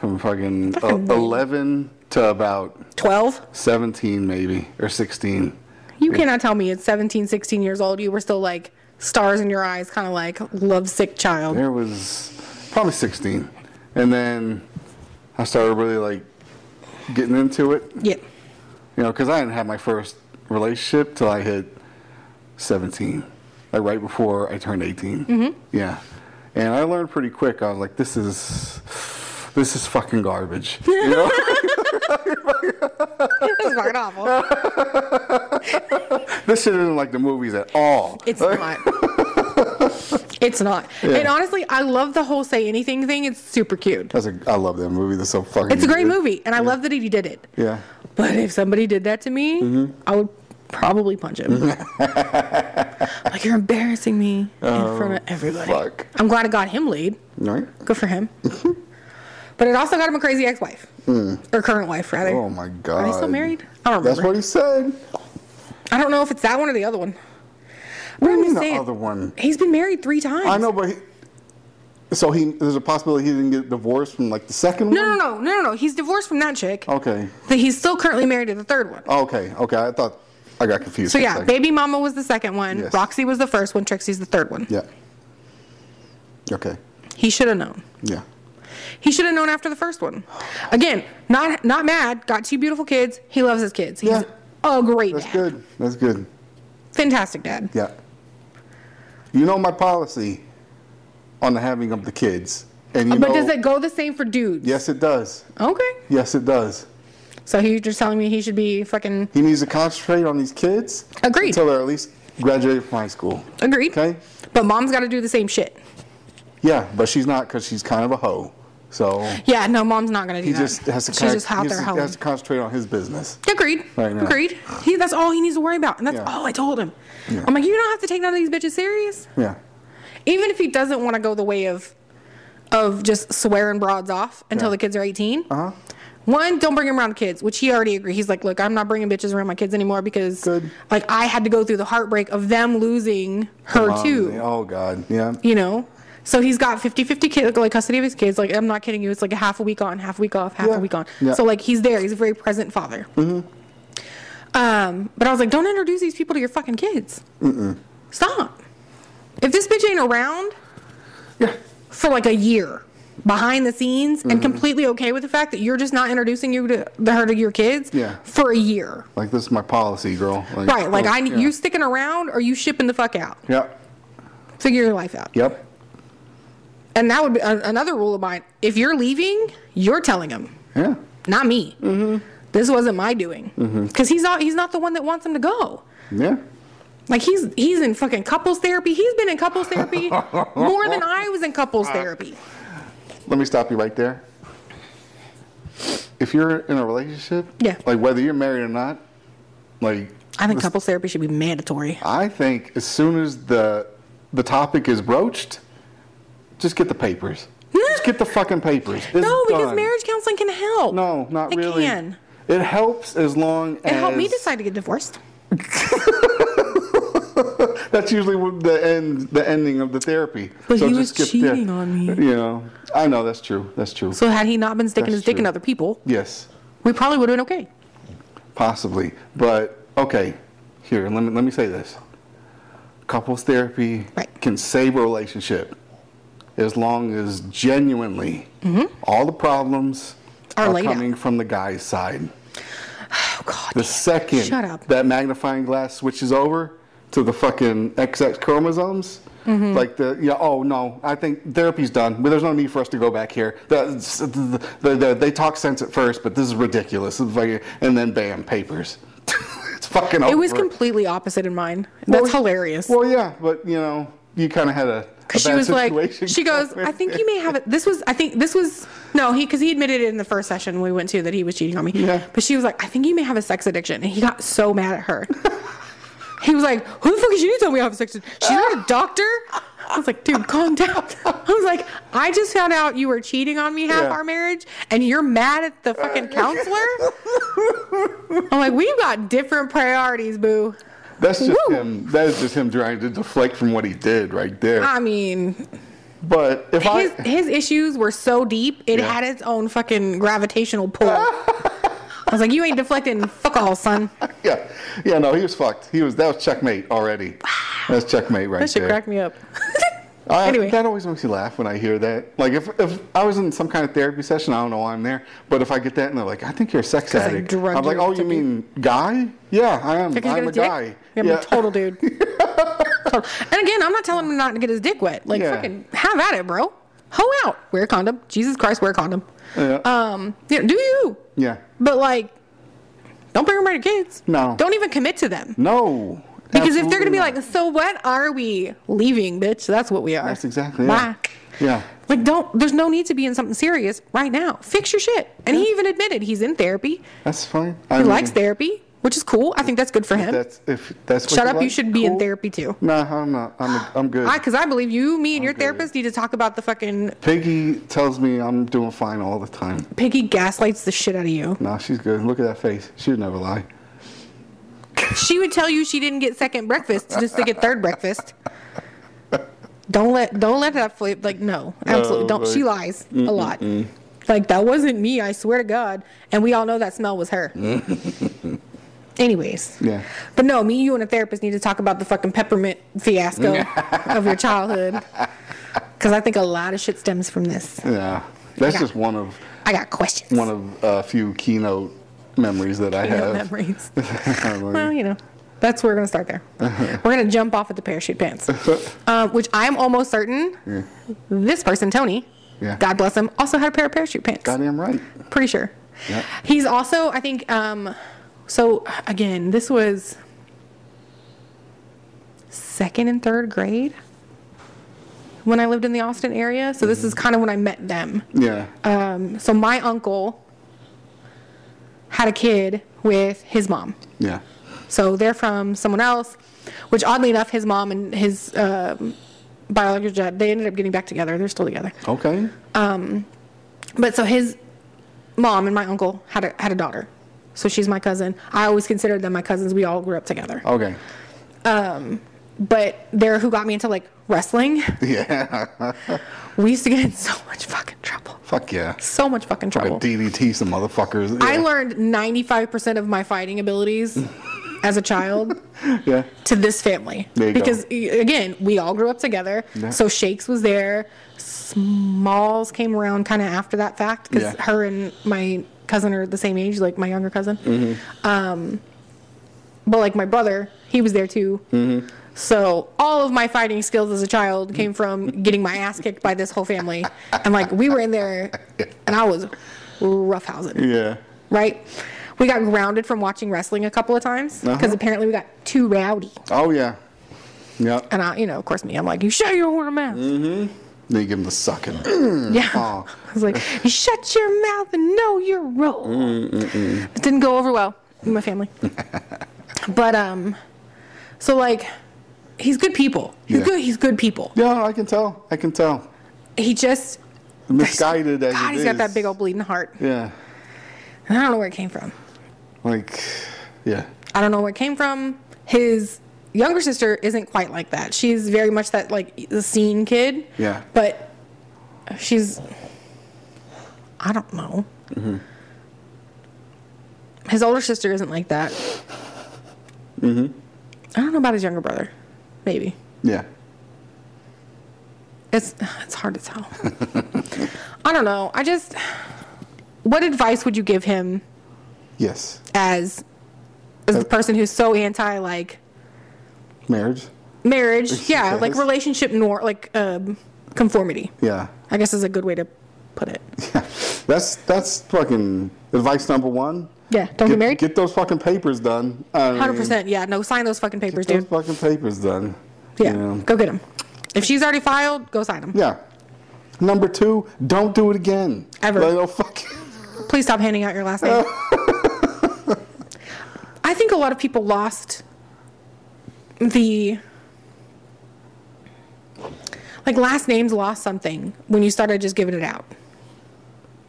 B: from fucking uh,
A: Fucking weird.
B: eleven to about
A: 12?
B: seventeen, maybe or sixteen.
A: You cannot tell me at 17, 16 years old, you were still like stars in your eyes, kind of like lovesick child.
B: There was probably 16. And then I started really like getting into it,
A: Yeah.
B: you know, because I didn't have my first relationship till I hit 17, like right before I turned 18. Mm-hmm. Yeah. And I learned pretty quick. I was like, this is. This is fucking garbage. You know?
A: That's fucking awful.
B: this shit isn't like the movies at all.
A: It's not. it's not. And honestly, I love the whole say anything thing. It's super cute.
B: That's a, I love that movie. That's so fucking.
A: It's a great
B: good.
A: movie, and I love that he did it.
B: Yeah.
A: But if somebody did that to me,
B: Mm-hmm.
A: I would probably punch him. like you're embarrassing me in front of everybody.
B: Oh, fuck.
A: I'm glad it got him laid.
B: Right?
A: Good for him. but it also got him a crazy ex-wife or current wife rather.
B: Mm. Oh my god.
A: Are they still married? I don't
B: That's
A: remember.
B: what he said.
A: I don't know if it's that one or the other one. But
B: do
A: I'm
B: you
A: just
B: mean the
A: saying,
B: other one?
A: He's been married three times.
B: I know, but he, so he there's a possibility he didn't get divorced from like the second
A: No, no,
B: one.
A: no, no, no, no. He's divorced from that chick.
B: Okay, Oh,
A: That he's still currently married to the third one.
B: okay, okay. I thought I got confused.
A: So
B: for a
A: yeah,
B: second.
A: baby mama was the second one.
B: Yes.
A: Roxy was the first one. Trixie's the third one.
B: Yeah. Okay.
A: He should have known.
B: Yeah.
A: He should have known after the first one. Again, not not mad. Got two beautiful kids. He loves his kids. He's
B: Yeah.
A: a great
B: That's
A: dad.
B: good. That's good.
A: Fantastic dad.
B: Yeah. You know my policy on the having of the kids, and you
A: but
B: know.
A: does it go the same for dudes?
B: yes, it does.
A: Okay.
B: Yes, it does.
A: So he- you're just telling me he should be fucking
B: He needs to concentrate on these kids.
A: Agreed.
B: Until they're at least graduated from high school.
A: agreed.
B: Okay.
A: But mom's got to do the same shit.
B: Yeah, but she's not because she's kind of a hoe. So.
A: Yeah. No, mom's not gonna do
B: He
A: that.
B: just has to.
A: She's
B: con-
A: just out
B: he
A: there
B: has to-
A: howling.
B: has to concentrate on his business.
A: Agreed.
B: Right now.
A: Agreed. He, that's all he needs to worry about. And that's
B: Yeah.
A: all I told him.
B: Yeah.
A: I'm like, you don't have to take none of these bitches serious.
B: Yeah.
A: Even if he doesn't want to go the way of of just swearing broads off until
B: Yeah.
A: the kids are 18.
B: Uh huh.
A: One, don't bring him around kids, which he already agreed. He's like, look, I'm not bringing bitches around my kids anymore because
B: Good.
A: like I had to go through the heartbreak of them losing her too.
B: Oh God. Yeah.
A: You know? So he's got 50-50 kid, like custody of his kids. Like I'm not kidding you. It's like a half a week on, half a week off, half
B: Yeah.
A: a week on.
B: Yeah. Mm-hmm.
A: So like he's there. He's a very present father. Um, but I was like, don't introduce these people to your fucking kids. Stop. If this bitch ain't around
B: Yeah.
A: for like a year behind the scenes
B: Mm-hmm.
A: and completely okay with the fact that you're just not introducing you to the her to your kids
B: Yeah.
A: for a year.
B: Like this is my policy, girl. Like,
A: Right, like
B: oh,
A: I
B: yeah.
A: you sticking around or you shipping the fuck out.
B: Yep.
A: Figure your life out.
B: Yep.
A: And that would be a- another rule of mine. If you're leaving, you're telling him,
B: Yeah.
A: not me.
B: Mm-hmm.
A: This wasn't my doing. Cuz he's not he's not the one that wants him to go.
B: Yeah.
A: Like he's he's in fucking couples therapy. He's been in couples therapy more than I was in couples therapy.
B: Let me stop you right there. If you're in a relationship,
A: Yeah.
B: like whether you're married or not, like
A: I think couples therapy should be mandatory.
B: I think as soon as the the topic is broached, just get the papers. just get the fucking papers. It's
A: No, because
B: done.
A: marriage counseling can help.
B: No, not
A: it
B: really.
A: It can.
B: It helps as long
A: It
B: as
A: helped me decide to get divorced.
B: That's usually what the end, the ending of the therapy.
A: But he
B: just
A: was
B: skip there.
A: cheating on me.
B: You know, I know that's true. That's true.
A: So had he not been sticking
B: That's
A: his dick in
B: true.
A: other people,
B: yes,
A: we probably would have been okay.
B: possibly. But okay, here let me let me say this: couples therapy
A: Right.
B: can save a relationship as long as genuinely all the problems
A: Mm-hmm.
B: are,
A: Are laid out.
B: coming from the guy's side.
A: Oh God.
B: The second
A: Shut up.
B: that magnifying glass switches over to the fucking XX chromosomes,
A: Mm-hmm.
B: like the yeah, oh no, I think therapy's done. But there's no need for us to go back here. That's- the- the- the- they talk sense at first, but this is ridiculous. It's like- And then bam, papers. it's fucking over.
A: It was completely opposite in mine. That's
B: Oh, Well,
A: hilarious.
B: Well, yeah, but you know, you kind of had a. a
A: Because she
B: bad
A: was like,
B: situation
A: she goes,
B: going
A: I think you may have it. This was, I think this was, no, he, because he admitted it in the first session we went to that he was cheating on me.
B: Yeah.
A: But she was like, I think you may have a sex addiction. And he got so mad at her. he was like, Who the fuck is you to tell me I have a sex addiction? She's not a doctor. I was like, dude, calm down. I was like, I just found out you were cheating on me half
B: Yeah.
A: our marriage and you're mad at the fucking counselor? I'm like, we've got different priorities, boo.
B: That's just
A: Woo.
B: him. That is just him trying to deflect from what he did right there.
A: I mean,
B: but if
A: his,
B: I
A: his issues were so deep, it
B: Yeah.
A: had its own fucking gravitational pull. I was like, you ain't deflecting fuck all, son.
B: Yeah, yeah, no, he was fucked. He was that was checkmate already. That's checkmate right
A: That shit
B: there.
A: cracked me up.
B: I-
A: anyway.
B: that always makes me laugh when I hear that. Like if, if I was in some kind of therapy session, I don't know why I'm there, but if I get that and they're like, "I think you're a sex
A: 'Cause I
B: addict,"
A: drugged
B: I'm like,
A: you
B: "Oh, you
A: to be-
B: mean guy? Yeah, I am.
A: Because you
B: I'm a
A: got dick?
B: guy.
A: Yeah, I'm a total dude. Total. and again, I'm not telling him not to get his dick wet. Like,
B: Yeah.
A: fucking have at it, bro. Hoe out. Wear a condom. Jesus Christ, wear a condom.
B: Yeah.
A: Um, yeah, do you?
B: yeah.
A: But like, don't bring them by your kids.
B: No.
A: Don't even commit to them.
B: No.
A: Because if they're gonna
B: absolutely
A: be like,
B: not.
A: so what are we leaving, bitch? That's what we are.
B: "That's exactly yeah.
A: Bye.
B: yeah."
A: Like, don't, there's no need to be in something serious right now. Fix your shit. And he even admitted he's in therapy. He
B: That's fine. I
A: likes therapy, which is cool. I think that's good for him.
B: That's Mm-hmm. if that's.
A: Shut
B: what
A: up. You
B: like,
A: should be in
B: cool.
A: therapy too.
B: Nah, I'm not. I'm. A, I'm good.
A: I, cause I believe you, me, and your
B: good.
A: therapist need to talk about the fucking
B: Piggy tells me I'm doing fine all the time.
A: Piggy gaslights the shit out of you.
B: Nah, she's good. Look at that face. She would never lie.
A: She would tell you she didn't get second breakfast just to get third breakfast. Don't let don't let that flip. Like no, absolutely
B: No,
A: don't. she
B: like-
A: lies a lot. Like that wasn't me. I swear to God. And we all know that smell was her. Anyways.
B: Yeah.
A: But no, me, you, and a therapist need to talk about the fucking peppermint fiasco of your childhood. Because I think a lot of shit stems from this.
B: Yeah. That's
A: Yeah.
B: just one of
A: I got questions.
B: one of a few keynote memories that I
A: You know,
B: have.
A: memories.
B: I'm like,
A: Well, you know, that's where we're gonna start there. we're gonna jump off at the parachute pants, um, which I'm almost certain this person, Tony,
B: Yeah.
A: God bless him, also had a pair of parachute pants.
B: Goddamn right.
A: Pretty sure.
B: Yeah.
A: He's also, I think, um, so again, this was second and third grade when I lived in the Austin area. So this is kind of when I met them
B: Yeah.
A: um, so my uncle had a kid with his mom.
B: yeah.
A: So they're from someone else, which oddly enough, his mom and his um, biological dad, they ended up getting back together. They're still together.
B: Okay.
A: But so his mom and my uncle had a, had a daughter. So she's my cousin. I always considered them my cousins. We all grew up together.
B: Okay.
A: But they're who got me into like wrestling.
B: Yeah.
A: We used to get in so much fucking trouble.
B: Fuck yeah.
A: So much fucking
B: I
A: trouble.
B: DDT some motherfuckers. Yeah.
A: Oh. I learned 95% of my fighting abilities as a child
B: Yeah.
A: to this family.
B: There you go.
A: because y- again, we all grew up together.
B: Yeah.
A: So Shakes was there. Smalls came around kind of after that fact because
B: Yeah.
A: her and my cousin are the same age, like my younger cousin. Um,
B: Mm-hmm.
A: but like my brother, he was there too.
B: Mm-hmm.
A: So all of my fighting skills as a child came from getting my ass kicked by this whole family, and like we were in there, and I was roughhousing
B: Yeah.
A: right? We got grounded from watching wrestling a couple of times because
B: Uh-huh.
A: apparently we got too rowdy.
B: Oh yeah. Yeah.
A: And I, you know, of course, me, I'm like, you shut your whore mouth.
B: Then you give him the sucking.
A: Yeah.
B: Mm-hmm. Aw.
A: I was like, you shut your mouth and know your role. It didn't go over well in my family. but, um, so like, he's good people. He's
B: Yeah.
A: good. He's good people.
B: yeah, I can tell. I can tell.
A: He just,
B: Misguided as
A: God,
B: it
A: he's got
B: is.
A: that big old bleeding heart.
B: Yeah.
A: And I don't know where it came from.
B: Like. Yeah.
A: I don't know where it came from. His Younger sister isn't quite like that. She's very much that like the scene kid.
B: Yeah.
A: But she's I don't know. His older sister isn't like that. Mm-hmm. I don't know about his younger brother. Maybe.
B: Yeah.
A: It's it's hard to tell. I don't know. I just what advice would you give him
B: Yes.
A: as as the person who's so anti like
B: Marriage.
A: marriage, yeah, like
B: Yes.
A: relationship nor like um conformity.
B: Yeah.
A: I guess is a good way to put it.
B: Yeah. That's that's fucking advice number one.
A: Yeah, don't get,
B: Get,
A: married.
B: get those fucking papers done. I mean,
A: Hundred percent. Yeah, no, sign those fucking papers,
B: Get those
A: dude.
B: fucking papers done.
A: Yeah,
B: You know?
A: go get them. If she's already filed, go sign them.
B: Yeah. Number two, don't do it again.
A: Ever.
B: Like, oh, fuck.
A: Please stop handing out your last name. I think a lot of people lost the like last names lost something when you started just giving it out.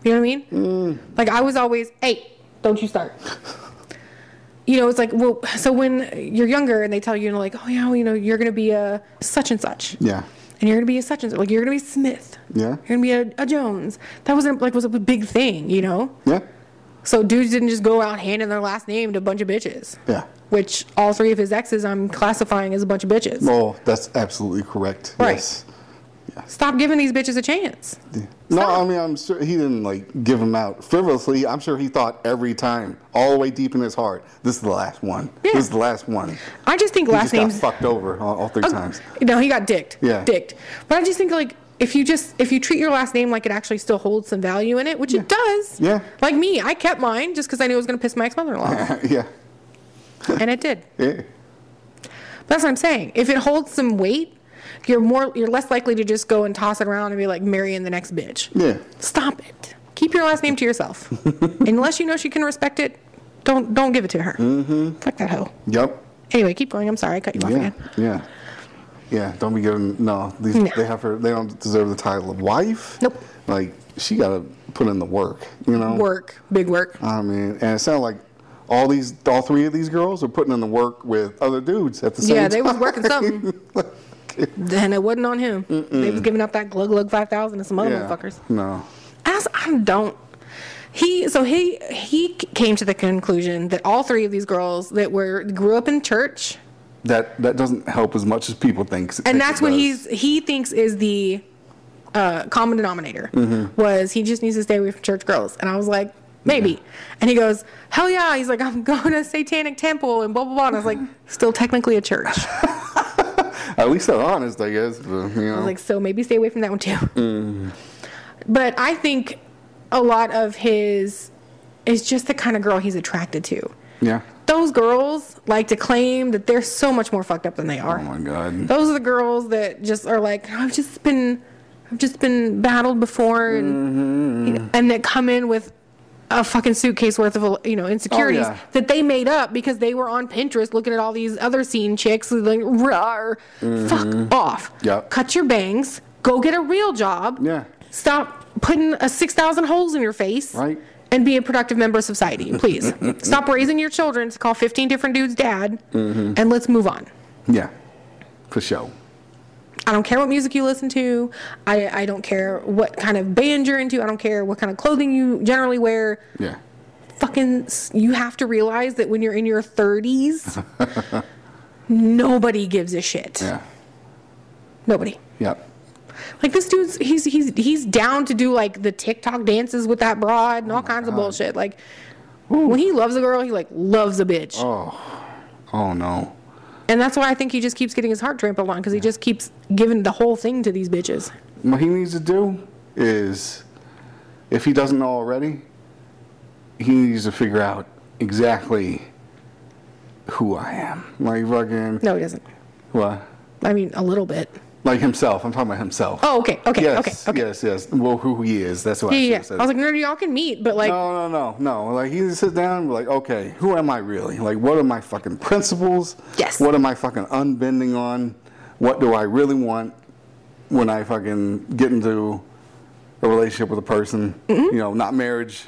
A: You know what I mean? Like I was always, hey, don't you start. You know, it's like, well, so when you're younger and they tell you, you know, like, oh yeah, well, you know, you're gonna be a such and such.
B: Yeah.
A: and you're gonna be a such and such. Like you're gonna be Smith.
B: Yeah.
A: You're gonna be a, a Jones. That wasn't like was a big thing, you know.
B: Yeah.
A: So dudes didn't just go out handing their last name to a bunch of bitches.
B: Yeah.
A: Which all three of his exes I'm classifying as a bunch of bitches.
B: Oh, that's absolutely correct.
A: Right.
B: Yes.
A: Stop giving these bitches a chance.
B: No,
A: Stop.
B: I mean, I'm sure he didn't like give him out frivolously. I'm sure he thought every time, all the way deep in his heart, this is the last one.
A: Yeah.
B: This is the last one. He
A: I just think
B: just
A: last
B: got
A: names. Oh.
B: fucked over all, all three times.
A: No, he got dicked.
B: Yeah.
A: Dicked. But I just think like if you just if you treat your last name like it actually still holds some value in it, which it does.
B: Yeah.
A: Like me, I kept mine just because I knew it was gonna piss my ex mother in law off,
B: yeah.
A: and it did.
B: Yeah.
A: That's what I'm saying. If it holds some weight, you're more you're less likely to just go and toss it around and be like marrying the next bitch.
B: Yeah.
A: Stop it. Keep your last name to yourself. Unless you know she can respect it, don't don't give it to her. Mm-hmm. Fuck that hoe.
B: Yep.
A: Anyway, keep going. I'm sorry, I cut you off
B: Yeah.
A: again.
B: Yeah. Yeah. Don't be giving. No, these,
A: No.
B: they have her. They don't deserve the title of wife.
A: Nope.
B: Like she got to put in the work. You know.
A: Work, big work.
B: I mean, and it sounded like all these, all three of these girls are putting in the work with other dudes at the same time.
A: Yeah, they was working something. and it wasn't on him. They was giving up that glug glug five thousand to some other
B: Yeah.
A: motherfuckers.
B: No.
A: As I don't. He so he he came to the conclusion that all three of these girls that were grew up in church
B: That that doesn't help as much as people think.
A: and that's what he's he thinks is the uh, common denominator was he just needs to stay away from church girls and i was like maybe and he goes hell yeah he's like i'm going to satanic temple and blah blah blah and i was like still technically a church i
B: At least they're honest, I guess. But, you know.
A: was like so maybe stay away from that one too but i think a lot of his is just the kind of girl he's attracted to
B: yeah.
A: those girls like to claim that they're so much more fucked up than they are
B: Oh my god.
A: those are the girls that just are like i've just been i've just been battled before and
B: Mm-hmm.
A: you know, and that come in with a fucking suitcase worth of you know insecurities
B: Oh, yeah.
A: that they made up because they were on pinterest looking at all these other scene chicks who's like rawr, fuck off
B: Mm-hmm. Yep.
A: cut your bangs go get a real job
B: Yeah.
A: stop putting a 6000 holes in your face
B: Right.
A: and be a productive member of society please stop raising your children to call 15 different dudes dad
B: Mm-hmm.
A: and let's move on
B: Yeah. For show.
A: I don't care what music you listen to. I, I don't care what kind of band you're into. I don't care what kind of clothing you generally wear.
B: Yeah.
A: Fucking, s- you have to realize that when you're in your 30s, nobody gives a shit.
B: Yeah.
A: Nobody.
B: Yep.
A: Like this dude's, he's he's he's down to do like the TikTok dances with that broad and all kinds of
B: Oh God.
A: bullshit. Like when he loves a girl, he like loves a bitch,
B: Oh no.
A: and that's why I think he just keeps getting his heart trampled on because he just keeps giving the whole thing to these bitches.
B: What he needs to do is, if he doesn't know already, he needs to figure out exactly who I am. Like fucking
A: No, he doesn't.
B: what?
A: I mean, a little bit.
B: Like himself. I'm talking about himself.
A: Oh, okay, okay,
B: yes,
A: okay, okay.
B: yes, yes. Well, who he is. That's what
A: Yeah,
B: I should
A: yeah.
B: have
A: yeah.
B: said.
A: I was like, no, no, y'all can meet, but like,
B: no, no, no, no. Like he sit down and be like, okay, who am I really? Like, what are my fucking principles?
A: Yes.
B: What am I fucking unbending on? What do I really want
A: Mm-hmm.
B: when I fucking get into a relationship with a person? You know, not marriage,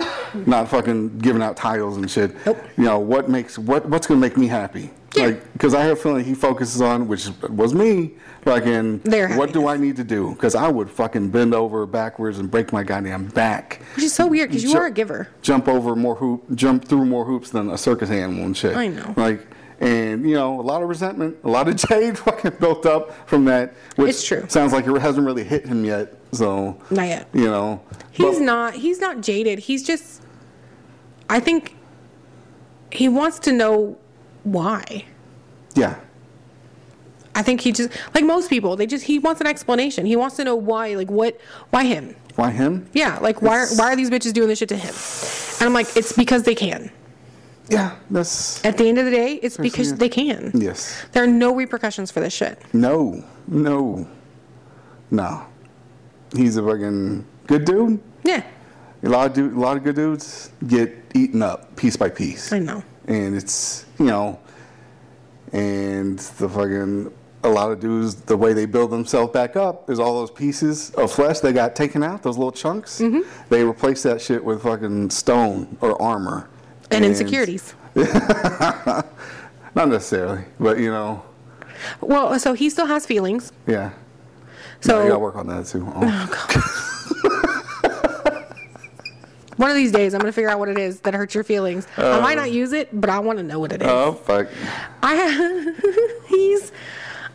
B: not fucking giving out titles and shit.
A: Nope.
B: You know what makes what what's gonna make me happy?
A: Yeah.
B: Like, because I have a feeling he focuses on, which was me, fucking.
A: Their
B: what do
A: happiness.
B: I need to do? Because I would fucking bend over backwards and break my goddamn back.
A: Which is so weird because you
B: Ju-
A: are a giver.
B: Jump over more hoop, jump through more hoops than a circus animal and shit.
A: I know.
B: Like, and you know, a lot of resentment, a lot of jade fucking built up from that. Which
A: It's true.
B: Sounds like it hasn't really hit him yet. So.
A: Not yet.
B: You know.
A: He's
B: but-
A: not. He's not jaded. He's just. I think. He wants to know why.
B: Yeah.
A: I think he just like most people. They just he wants an explanation. He wants to know why. Like what? Why him?
B: Why him?
A: Yeah. Like why? Are,
B: It's-
A: why are these bitches doing this shit to him? And I'm like, it's because they can.
B: Yeah, that's
A: At the end of the day, it's because
B: it.
A: they can.
B: yes.
A: There are no repercussions for this shit.
B: No, no, no. He's a fucking good dude.
A: Yeah.
B: A lot of dude, a lot of good dudes get eaten up piece by piece,
A: I know.
B: and it's you know, and the fucking a lot of dudes the way they build themselves back up is all those pieces of flesh they got taken out, those little chunks.
A: Mm-hmm.
B: They replace that shit with fucking stone or armor
A: And insecurities.
B: Not necessarily, but you know,
A: Well, so he still has feelings.
B: yeah.
A: So
B: I gotta work on that too. Oh.
A: One of these days, I'm gonna figure out what it is that hurts your feelings. I might
B: Uh.
A: not use it, but I want to know what it is.
B: Oh fuck!
A: I he's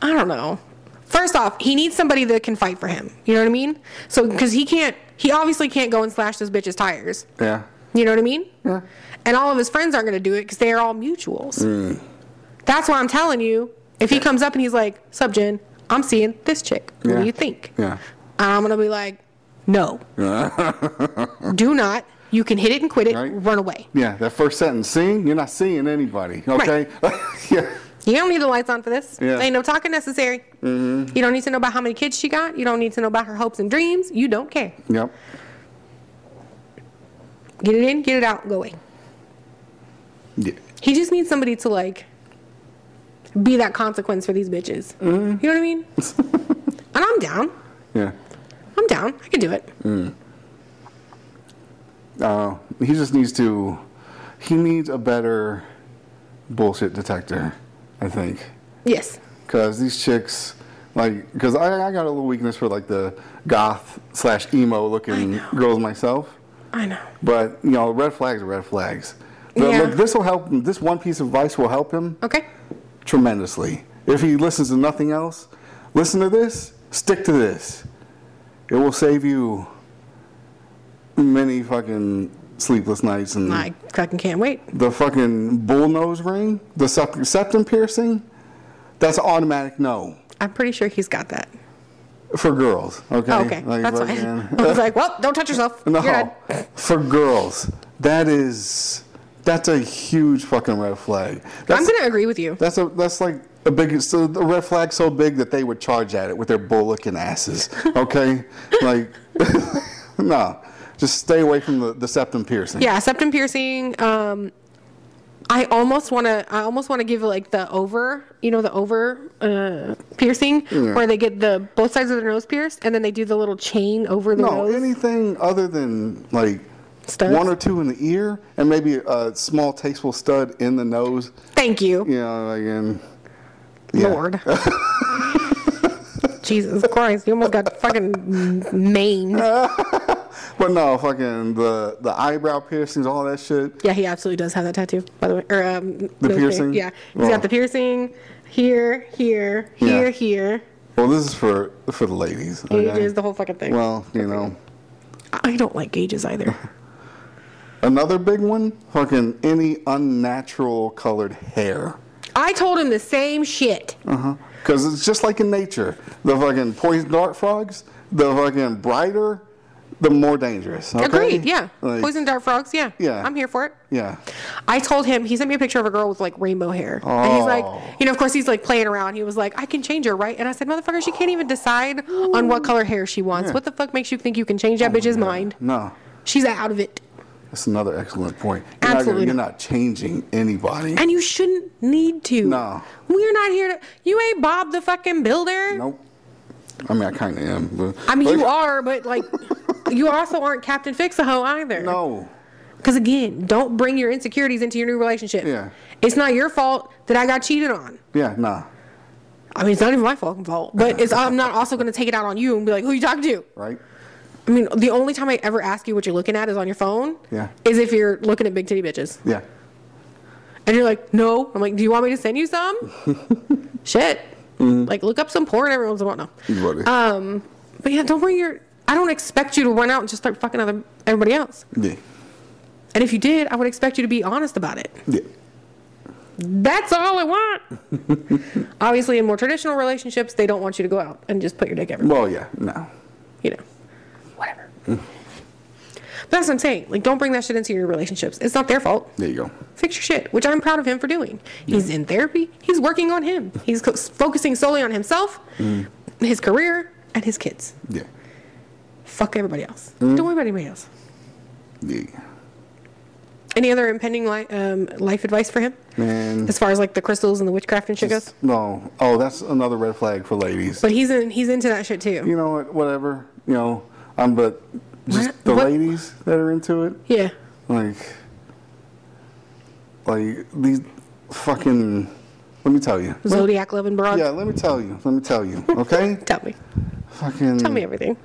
A: I don't know. First off, he needs somebody that can fight for him. You know what I mean? So because he can't, he obviously can't go and slash this bitch's tires.
B: Yeah,
A: You know what I mean? And all of his friends aren't gonna do it because they are all mutuals.
B: Mm.
A: That's why I'm telling you. If he comes up and he's like, "Sub Jen, I'm seeing this chick. What
B: Yeah.
A: do you think?"
B: yeah,
A: I'm gonna be like, "No, do not. You can hit it and quit it.
B: Right.
A: Run away."
B: yeah. That first sentence, seeing you're not seeing anybody, okay? yeah,
A: You don't need the lights on for this.
B: Yeah. Mm-hmm.
A: Ain't no talking necessary. You don't need to know about how many kids she got. You don't need to know about her hopes and dreams. You don't care.
B: yep.
A: Get it in, get it out, go away.
B: Yeah.
A: He just needs somebody to like be that consequence for these bitches.
B: Mm-hmm.
A: You know what I mean? and I'm down.
B: yeah.
A: I'm down. I can do it.
B: Mm. Uh, he just needs to. He needs a better bullshit detector, I think.
A: Yes.
B: Cause these chicks, like, cause I, I got a little weakness for like the goth slash emo looking
A: know.
B: girls myself.
A: I know.
B: But you know, red flags are red flags. But
A: Yeah.
B: look, this will help. him- This one piece of advice will help him.
A: Okay.
B: tremendously. If he listens to nothing else, listen to this, stick to this. It will save you many fucking sleepless nights and
A: I fucking can't wait.
B: the fucking bull nose ring, the sep- septum piercing. That's an automatic no
A: I'm pretty sure he's got that.
B: for girls. Okay.
A: Oh, okay.
B: Like,
A: That's fine.
B: fucking-
A: I was like, well, don't touch yourself. You're
B: No,
A: dead.
B: for girls, that is that's a huge fucking red flag. That's,
A: I'm going to agree with you.
B: That's a that's like a big so a red flag so big that they would charge at it with their bull looking asses. Okay, like no, just stay away from the, the septum piercing.
A: Yeah, septum piercing. Um, I almost want to. I almost want to give like the over. You know, the over uh, piercing where they get the both sides of their nose pierced, and then they do the little chain over the
B: No,
A: nose.
B: anything other than like
A: Studs?
B: one or two in the ear and maybe a small tasteful stud in the nose.
A: Thank you,
B: You know, like in yeah.
A: Lord. Jesus Christ, you almost got fucking maimed.
B: Uh. But no, fucking the the eyebrow piercings, all that shit.
A: Yeah, he absolutely does have that tattoo. By the way, or um,
B: The
A: nose
B: piercing?
A: Yeah, he's
B: Well.
A: got the piercing here, here,
B: Yeah.
A: here, here.
B: Well, this is for for the ladies. okay?
A: Gauges, the whole fucking thing.
B: Well, you know.
A: I don't like gauges either.
B: Another big one, fucking any unnatural colored hair.
A: I told him the same shit.
B: Because it's just like in nature. The fucking poison dart frogs, the fucking brighter, the more dangerous. Okay?
A: Agreed. Yeah.
B: Like,
A: Poison dart frogs. Yeah.
B: Yeah.
A: I'm here for it.
B: Yeah.
A: I told him he sent me a picture of a girl with like rainbow hair, and he's
B: Oh.
A: like, you know, of course he's like playing around. He was like, I can change her, right? And I said, motherfucker, she can't even decide on what color hair she wants.
B: Yeah. Oh
A: What the fuck makes you think you can change that bitch's mind?
B: No.
A: She's out of it,
B: That's another excellent point. You're not, gonna-
A: Absolutely.
B: you're not changing anybody.
A: and you shouldn't need to.
B: No.
A: We're not here to. You ain't Bob the fucking builder.
B: Nope. I mean, I kind of am. But,
A: I mean,
B: but-
A: you are, but like, you also aren't Captain Fix a Hoe either.
B: No.
A: Because again, don't bring your insecurities into your new relationship.
B: Yeah.
A: It's not your fault that I got cheated on.
B: Yeah, nah.
A: I mean, it's not even my fucking fault. But it's, I'm not also going to take it out on you and be like, who you talking to?
B: Right?
A: I mean, the only time I ever ask you what you're looking at is on your phone.
B: Yeah.
A: Is if you're looking at big titty bitches.
B: Yeah.
A: And you're like, no. I'm like, do you want me to send you some? Shit.
B: Mm-hmm.
A: Like, look up some porn every once in a while. No.
B: Buddy.
A: Um, but yeah, don't bring your. I don't expect you to run out and just start fucking other everybody else.
B: yeah.
A: And if you did, I would expect you to be honest about it.
B: Yeah.
A: That's all I want. Obviously, in more traditional relationships, they don't want you to go out and just put your dick everywhere.
B: Well, yeah, no.
A: You know, whatever. but that's what I'm saying. Like, don't bring that shit into your relationships. It's not their fault.
B: There you go.
A: Fix your shit, which I'm proud of him for doing. He's in therapy. He's working on him. He's co- focusing solely on himself, his career, and his kids.
B: Yeah.
A: Fuck everybody else. Don't worry about anybody else.
B: Yeah.
A: Any other impending li- um, life advice for him?
B: Man.
A: As far as like the crystals and the witchcraft and shit goes?
B: No. Oh, that's another red flag for ladies.
A: But he's in, he's into that shit too.
B: you know what? Whatever. You know, I'm but just
A: What?
B: the
A: What?
B: ladies that are into it.
A: Yeah.
B: Like, like these fucking. Let me tell you.
A: Zodiac loving broad.
B: Yeah, let me tell you. Let me tell you. Okay.
A: Tell me.
B: fucking.
A: Tell me everything.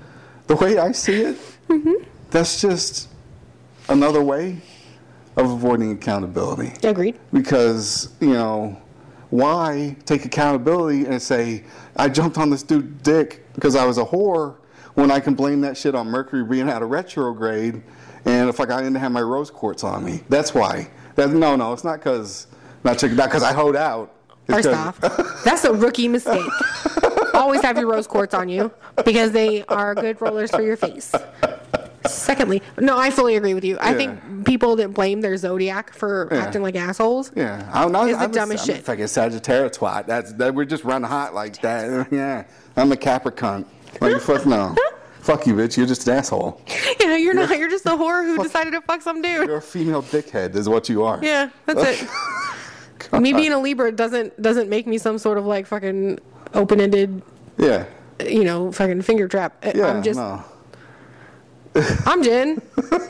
B: the way I see it, Mm-hmm. that's just another way of avoiding accountability.
A: Agreed.
B: Because, you know, why take accountability and say, I jumped on this dude's dick because I was a whore when I can blame that shit on Mercury being out of retrograde and if like I didn't have my rose quartz on me. That's why. That, no, no, it's not because not because I hoed out. It's
A: First
B: 'cause-
A: off, that's a rookie mistake. Always have your rose quartz on you because they are good rollers for your face. Secondly, no, I fully agree with you. I
B: Yeah.
A: think people that blame their zodiac for
B: Yeah.
A: acting like assholes.
B: Yeah, I'm not.
A: It's the
B: I'm
A: dumbest
B: a, I'm
A: shit.
B: a fucking Sagittarius twat. That's that. We're just running hot like that. Yeah, I'm a Capricorn. Like fuck no, fuck you, bitch. You're just an asshole.
A: You know, you're not. You're just a whore who decided to fuck some dude.
B: You're a female dickhead. Is what you are.
A: Yeah, that's it. me being a Libra doesn't doesn't make me some sort of like fucking open-ended,
B: Yeah.
A: you know, fucking finger trap. I-
B: Yeah.
A: I'm just
B: no.
A: I'm Jen.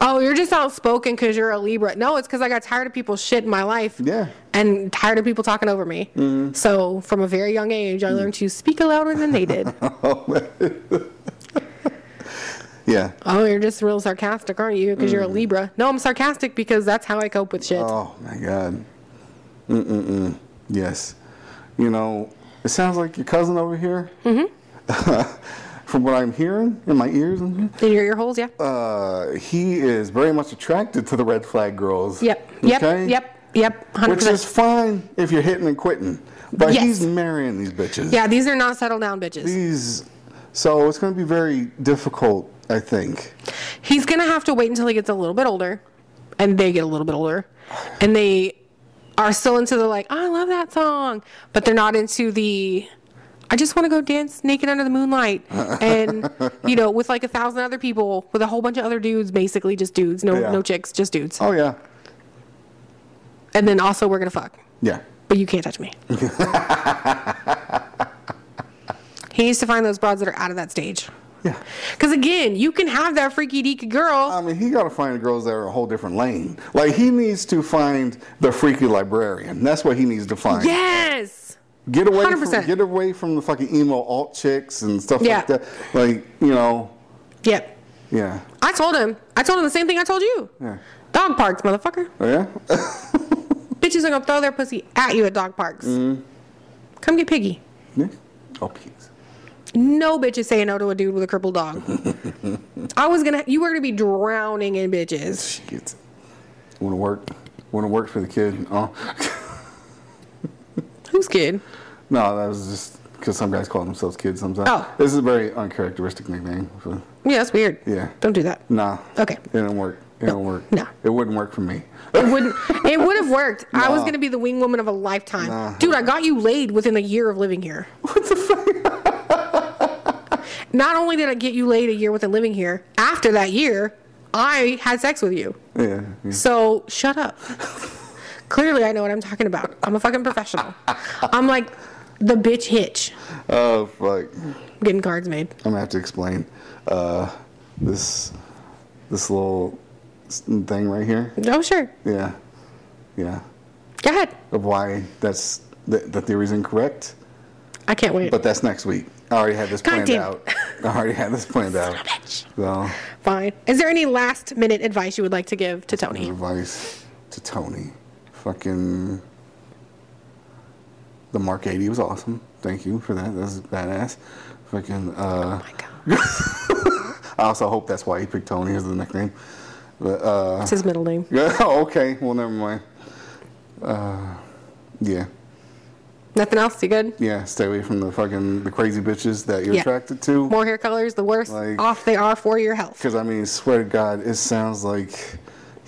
A: oh, you're just outspoken because you're a Libra. No, it's because I got tired of people shit in my life.
B: Yeah. Mm-hmm.
A: And tired of people talking over me. So from a very young age, I
B: Mm.
A: learned to speak louder than they did.
B: Yeah.
A: oh, you're just real sarcastic, aren't you? Because you're a Libra. No, I'm sarcastic because that's how I cope with shit.
B: Mm. Oh my god. Mm mm mm. Yes. You know, it sounds like your cousin over here. Mm-hmm. From what I'm hearing in my ears, and here,
A: In your ear holes, yeah.
B: uh, he is very much attracted to the red flag girls.
A: yep. Yep.
B: Okay?
A: Yep. Yep. 100%.
B: Which is fine if you're hitting and quitting, but
A: Yes.
B: he's marrying these bitches.
A: yeah, these are not settled down bitches.
B: He's so it's going to be very difficult, I think.
A: He's gonna have to wait until he gets a little bit older, and they get a little bit older, and they are still into the like, "Oh, I love that song, but they're not into the. I just want to go dance naked under the moonlight, and you know, with like a thousand other people, with a whole bunch of other dudes, basically just dudes, no
B: Yeah.
A: no chicks, just dudes.
B: Oh yeah,
A: And then also we're gonna fuck,
B: yeah,
A: but you can't touch me. he needs to find those broads that are out of that stage,
B: yeah.
A: because again, you can have that freaky deaky girl.
B: I mean, he got to find girls that are a whole different lane. Like he needs to find the freaky librarian. That's what he needs to find.
A: yes.
B: Get away from
A: 100%.
B: get away from the fucking emo alt chicks and stuff
A: Yeah.
B: like that. Like you know,
A: Yep.
B: yeah,
A: I told him. I told him the same thing I told you.
B: yeah,
A: Dog parks, motherfucker.
B: oh, yeah.
A: Bitches are gonna throw their pussy at you at dog parks.
B: Mm-hmm.
A: Come get piggy.
B: yeah. Oh, please.
A: No bitch is saying no to a dude with a crippled dog. I was gonna. You were gonna be drowning in bitches.
B: Shit. Want to work? Want to work for the kid? Oh.
A: Who's kid?
B: No, that was just because some guys call themselves kids sometimes.
A: Oh.
B: This is a very uncharacteristic nickname. so-
A: Yeah, that's weird.
B: Yeah.
A: Don't do that.
B: Nah.
A: Okay.
B: It didn't work. It didn't work.
A: No.
B: It wouldn't work for me.
A: It wouldn't. It would have worked. I was
B: No.
A: gonna be the wing woman of a lifetime,
B: No.
A: dude. I got you laid within a year of living here. What the fuck? Not only did I get you laid a year within living here, after that year, I had sex with you.
B: Yeah. yeah.
A: So shut up. Clearly, I know what I'm talking about. I'm a fucking professional. I'm like the bitch hitch.
B: Oh, fuck.
A: I'm getting cards made.
B: I'm going to have to explain uh, this this little s- thing right here.
A: Oh, sure.
B: Yeah, yeah.
A: Go ahead.
B: Of why that's that, that theory's incorrect,
A: I can't wait.
B: but that's next week. I already had this
A: God
B: planned
A: damn
B: out. I already had this planned out. So,
A: Fine. Is there any last minute advice you would like to give to Tony?
B: advice to Tony. Fucking. The Mark 80 was awesome. Thank you for that. That's badass. Fucking. Uh,
A: Oh my God.
B: I also hope that's why he picked Tony as the nickname. But, uh,
A: It's his middle name.
B: yeah, okay. Well, never mind. Uh, yeah.
A: Nothing else? You good?
B: Yeah, stay away from the fucking the crazy bitches that you're
A: Yeah.
B: attracted to.
A: More hair colors, the worse
B: Like-
A: off they are for your health.
B: Because I mean, swear to God, it sounds like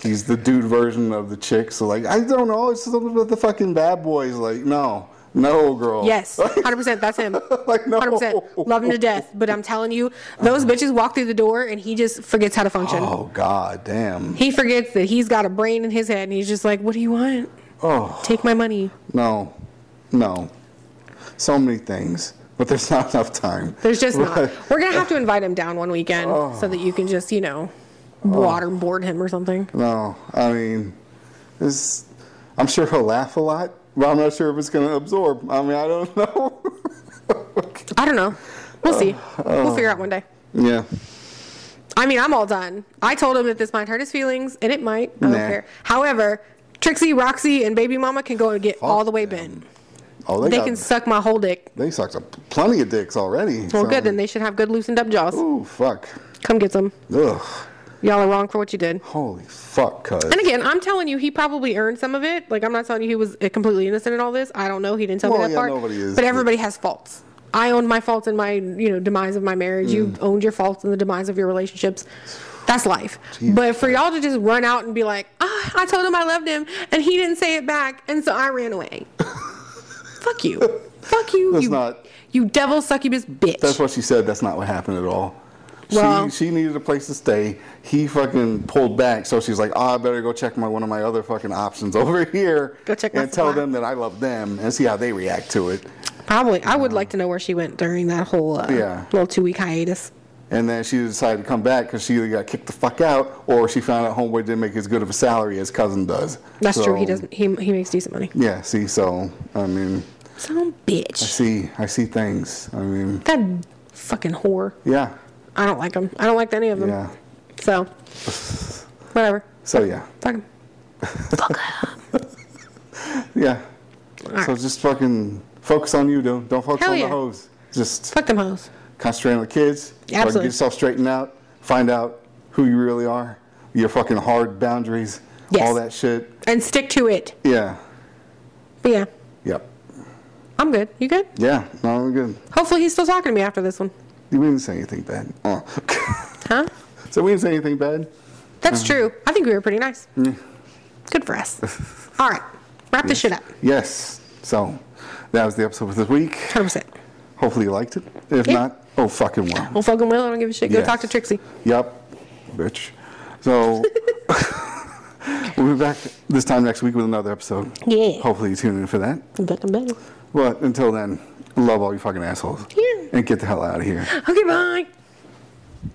B: he's the dude version of the chick. So like, I don't know. It's something about the fucking bad boys. Like, no, no, girl.
A: Yes,
B: Like,
A: 100%. That's him.
B: like no.
A: 100%. Love him to death. But I'm telling you, those bitches walk through the door and he just forgets how to function.
B: Oh God, damn.
A: He forgets that he's got a brain in his head and he's just like, what do you want?
B: Oh
A: Take my money.
B: no, no. So many things, but there's not enough time.
A: There's just not.
B: Right. Oh.
A: We're going to have to invite him down one weekend so that you can just, you know, waterboard him or something.
B: No, I mean, this. I'm sure he'll laugh a lot, but I'm not sure if it's gonna absorb. I mean, I don't know.
A: I don't know. We'll see.
B: Oh.
A: We'll figure out one day.
B: yeah.
A: I mean, I'm all done. I told him that this might hurt his feelings, and it might. I don't
B: Nah.
A: care. However, Trixie, Roxy, and Baby Mama can go and get all the way bent.
B: Oh, they,
A: They
B: got,
A: can suck my whole dick.
B: They sucked up plenty of dicks already.
A: Well, good, then they should have good loosened up jaws.
B: Ooh, fuck.
A: Come get some.
B: Ugh.
A: Y'all are wrong for what you did.
B: Holy fuck, cuz.
A: And again, I'm telling you, he probably earned some of it. Like, I'm not telling you he was completely innocent in all this. I don't know. He didn't tell
B: Well,
A: me that
B: yeah,
A: part.
B: nobody is.
A: But everybody has faults. I owned my faults in my, you know, demise of my marriage. You
B: Mm.
A: owned your faults in the demise of your relationships. That's life. but for y'all to just run out and be like, ah, I told him I loved him, and he didn't say it back, and so I ran away. Fuck you. Fuck you.
B: That's
A: you,
B: not-
A: you devil succubus bitch.
B: That's what she said. That's not what happened at all.
A: Well-
B: she, she needed a place to stay. He fucking pulled back, so she's like, "Oh, I better go check my one of my other fucking options over here
A: Go check my
B: and tell
A: supply."
B: them that I love them and see how they react to it."
A: Probably. I would like to know where she went during that whole uh,
B: Yeah.
A: little two week hiatus.
B: And then she decided to come back because she either got kicked the fuck out or she found out homeboy didn't make as good of a salary as cousin does.
A: That's true. He
B: So,
A: doesn't. He, he makes decent money.
B: Yeah. See, so I mean,
A: Some bitch.
B: see, I see things. I mean,
A: That fucking whore.
B: yeah,
A: I don't like him. I don't like any of them.
B: yeah.
A: So, whatever.
B: So yeah,
A: Fuck him.
B: yeah.
A: Alright.
B: So just fucking focus on you, dude. Don't focus
A: Hell
B: on
A: yeah.
B: the hoes. Just
A: Fuck them hoes.
B: concentrate on the kids. fucking Get
A: Absolutely.
B: yourself straightened out. Find out who you really are. Your fucking hard boundaries.
A: Yes.
B: All that shit.
A: And stick to it.
B: Yeah.
A: But yeah,
B: Yep.
A: I'm good. You good?
B: Yeah. No, I'm good.
A: Hopefully he's still talking to me after this one.
B: We didn't say anything bad. Oh.
A: Huh?
B: so we didn't say anything bad.
A: That's
B: Mm-hmm.
A: true. I think we were pretty nice. Good for us. All right. Wrap this shit up.
B: Yes. So that was the episode for this week.
A: 100%.
B: Hopefully you liked it. If
A: Yeah.
B: not, oh fucking well.
A: Well, fucking will. I don't give a shit. Go
B: Yes.
A: talk to Trixie.
B: Yep, bitch. So we'll be back this time next week with another episode.
A: Yeah.
B: Hopefully you tune in for that.
A: Fucking better.
B: But until then, love all you fucking assholes.
A: Yeah.
B: And get the hell out of here.
A: Okay, bye.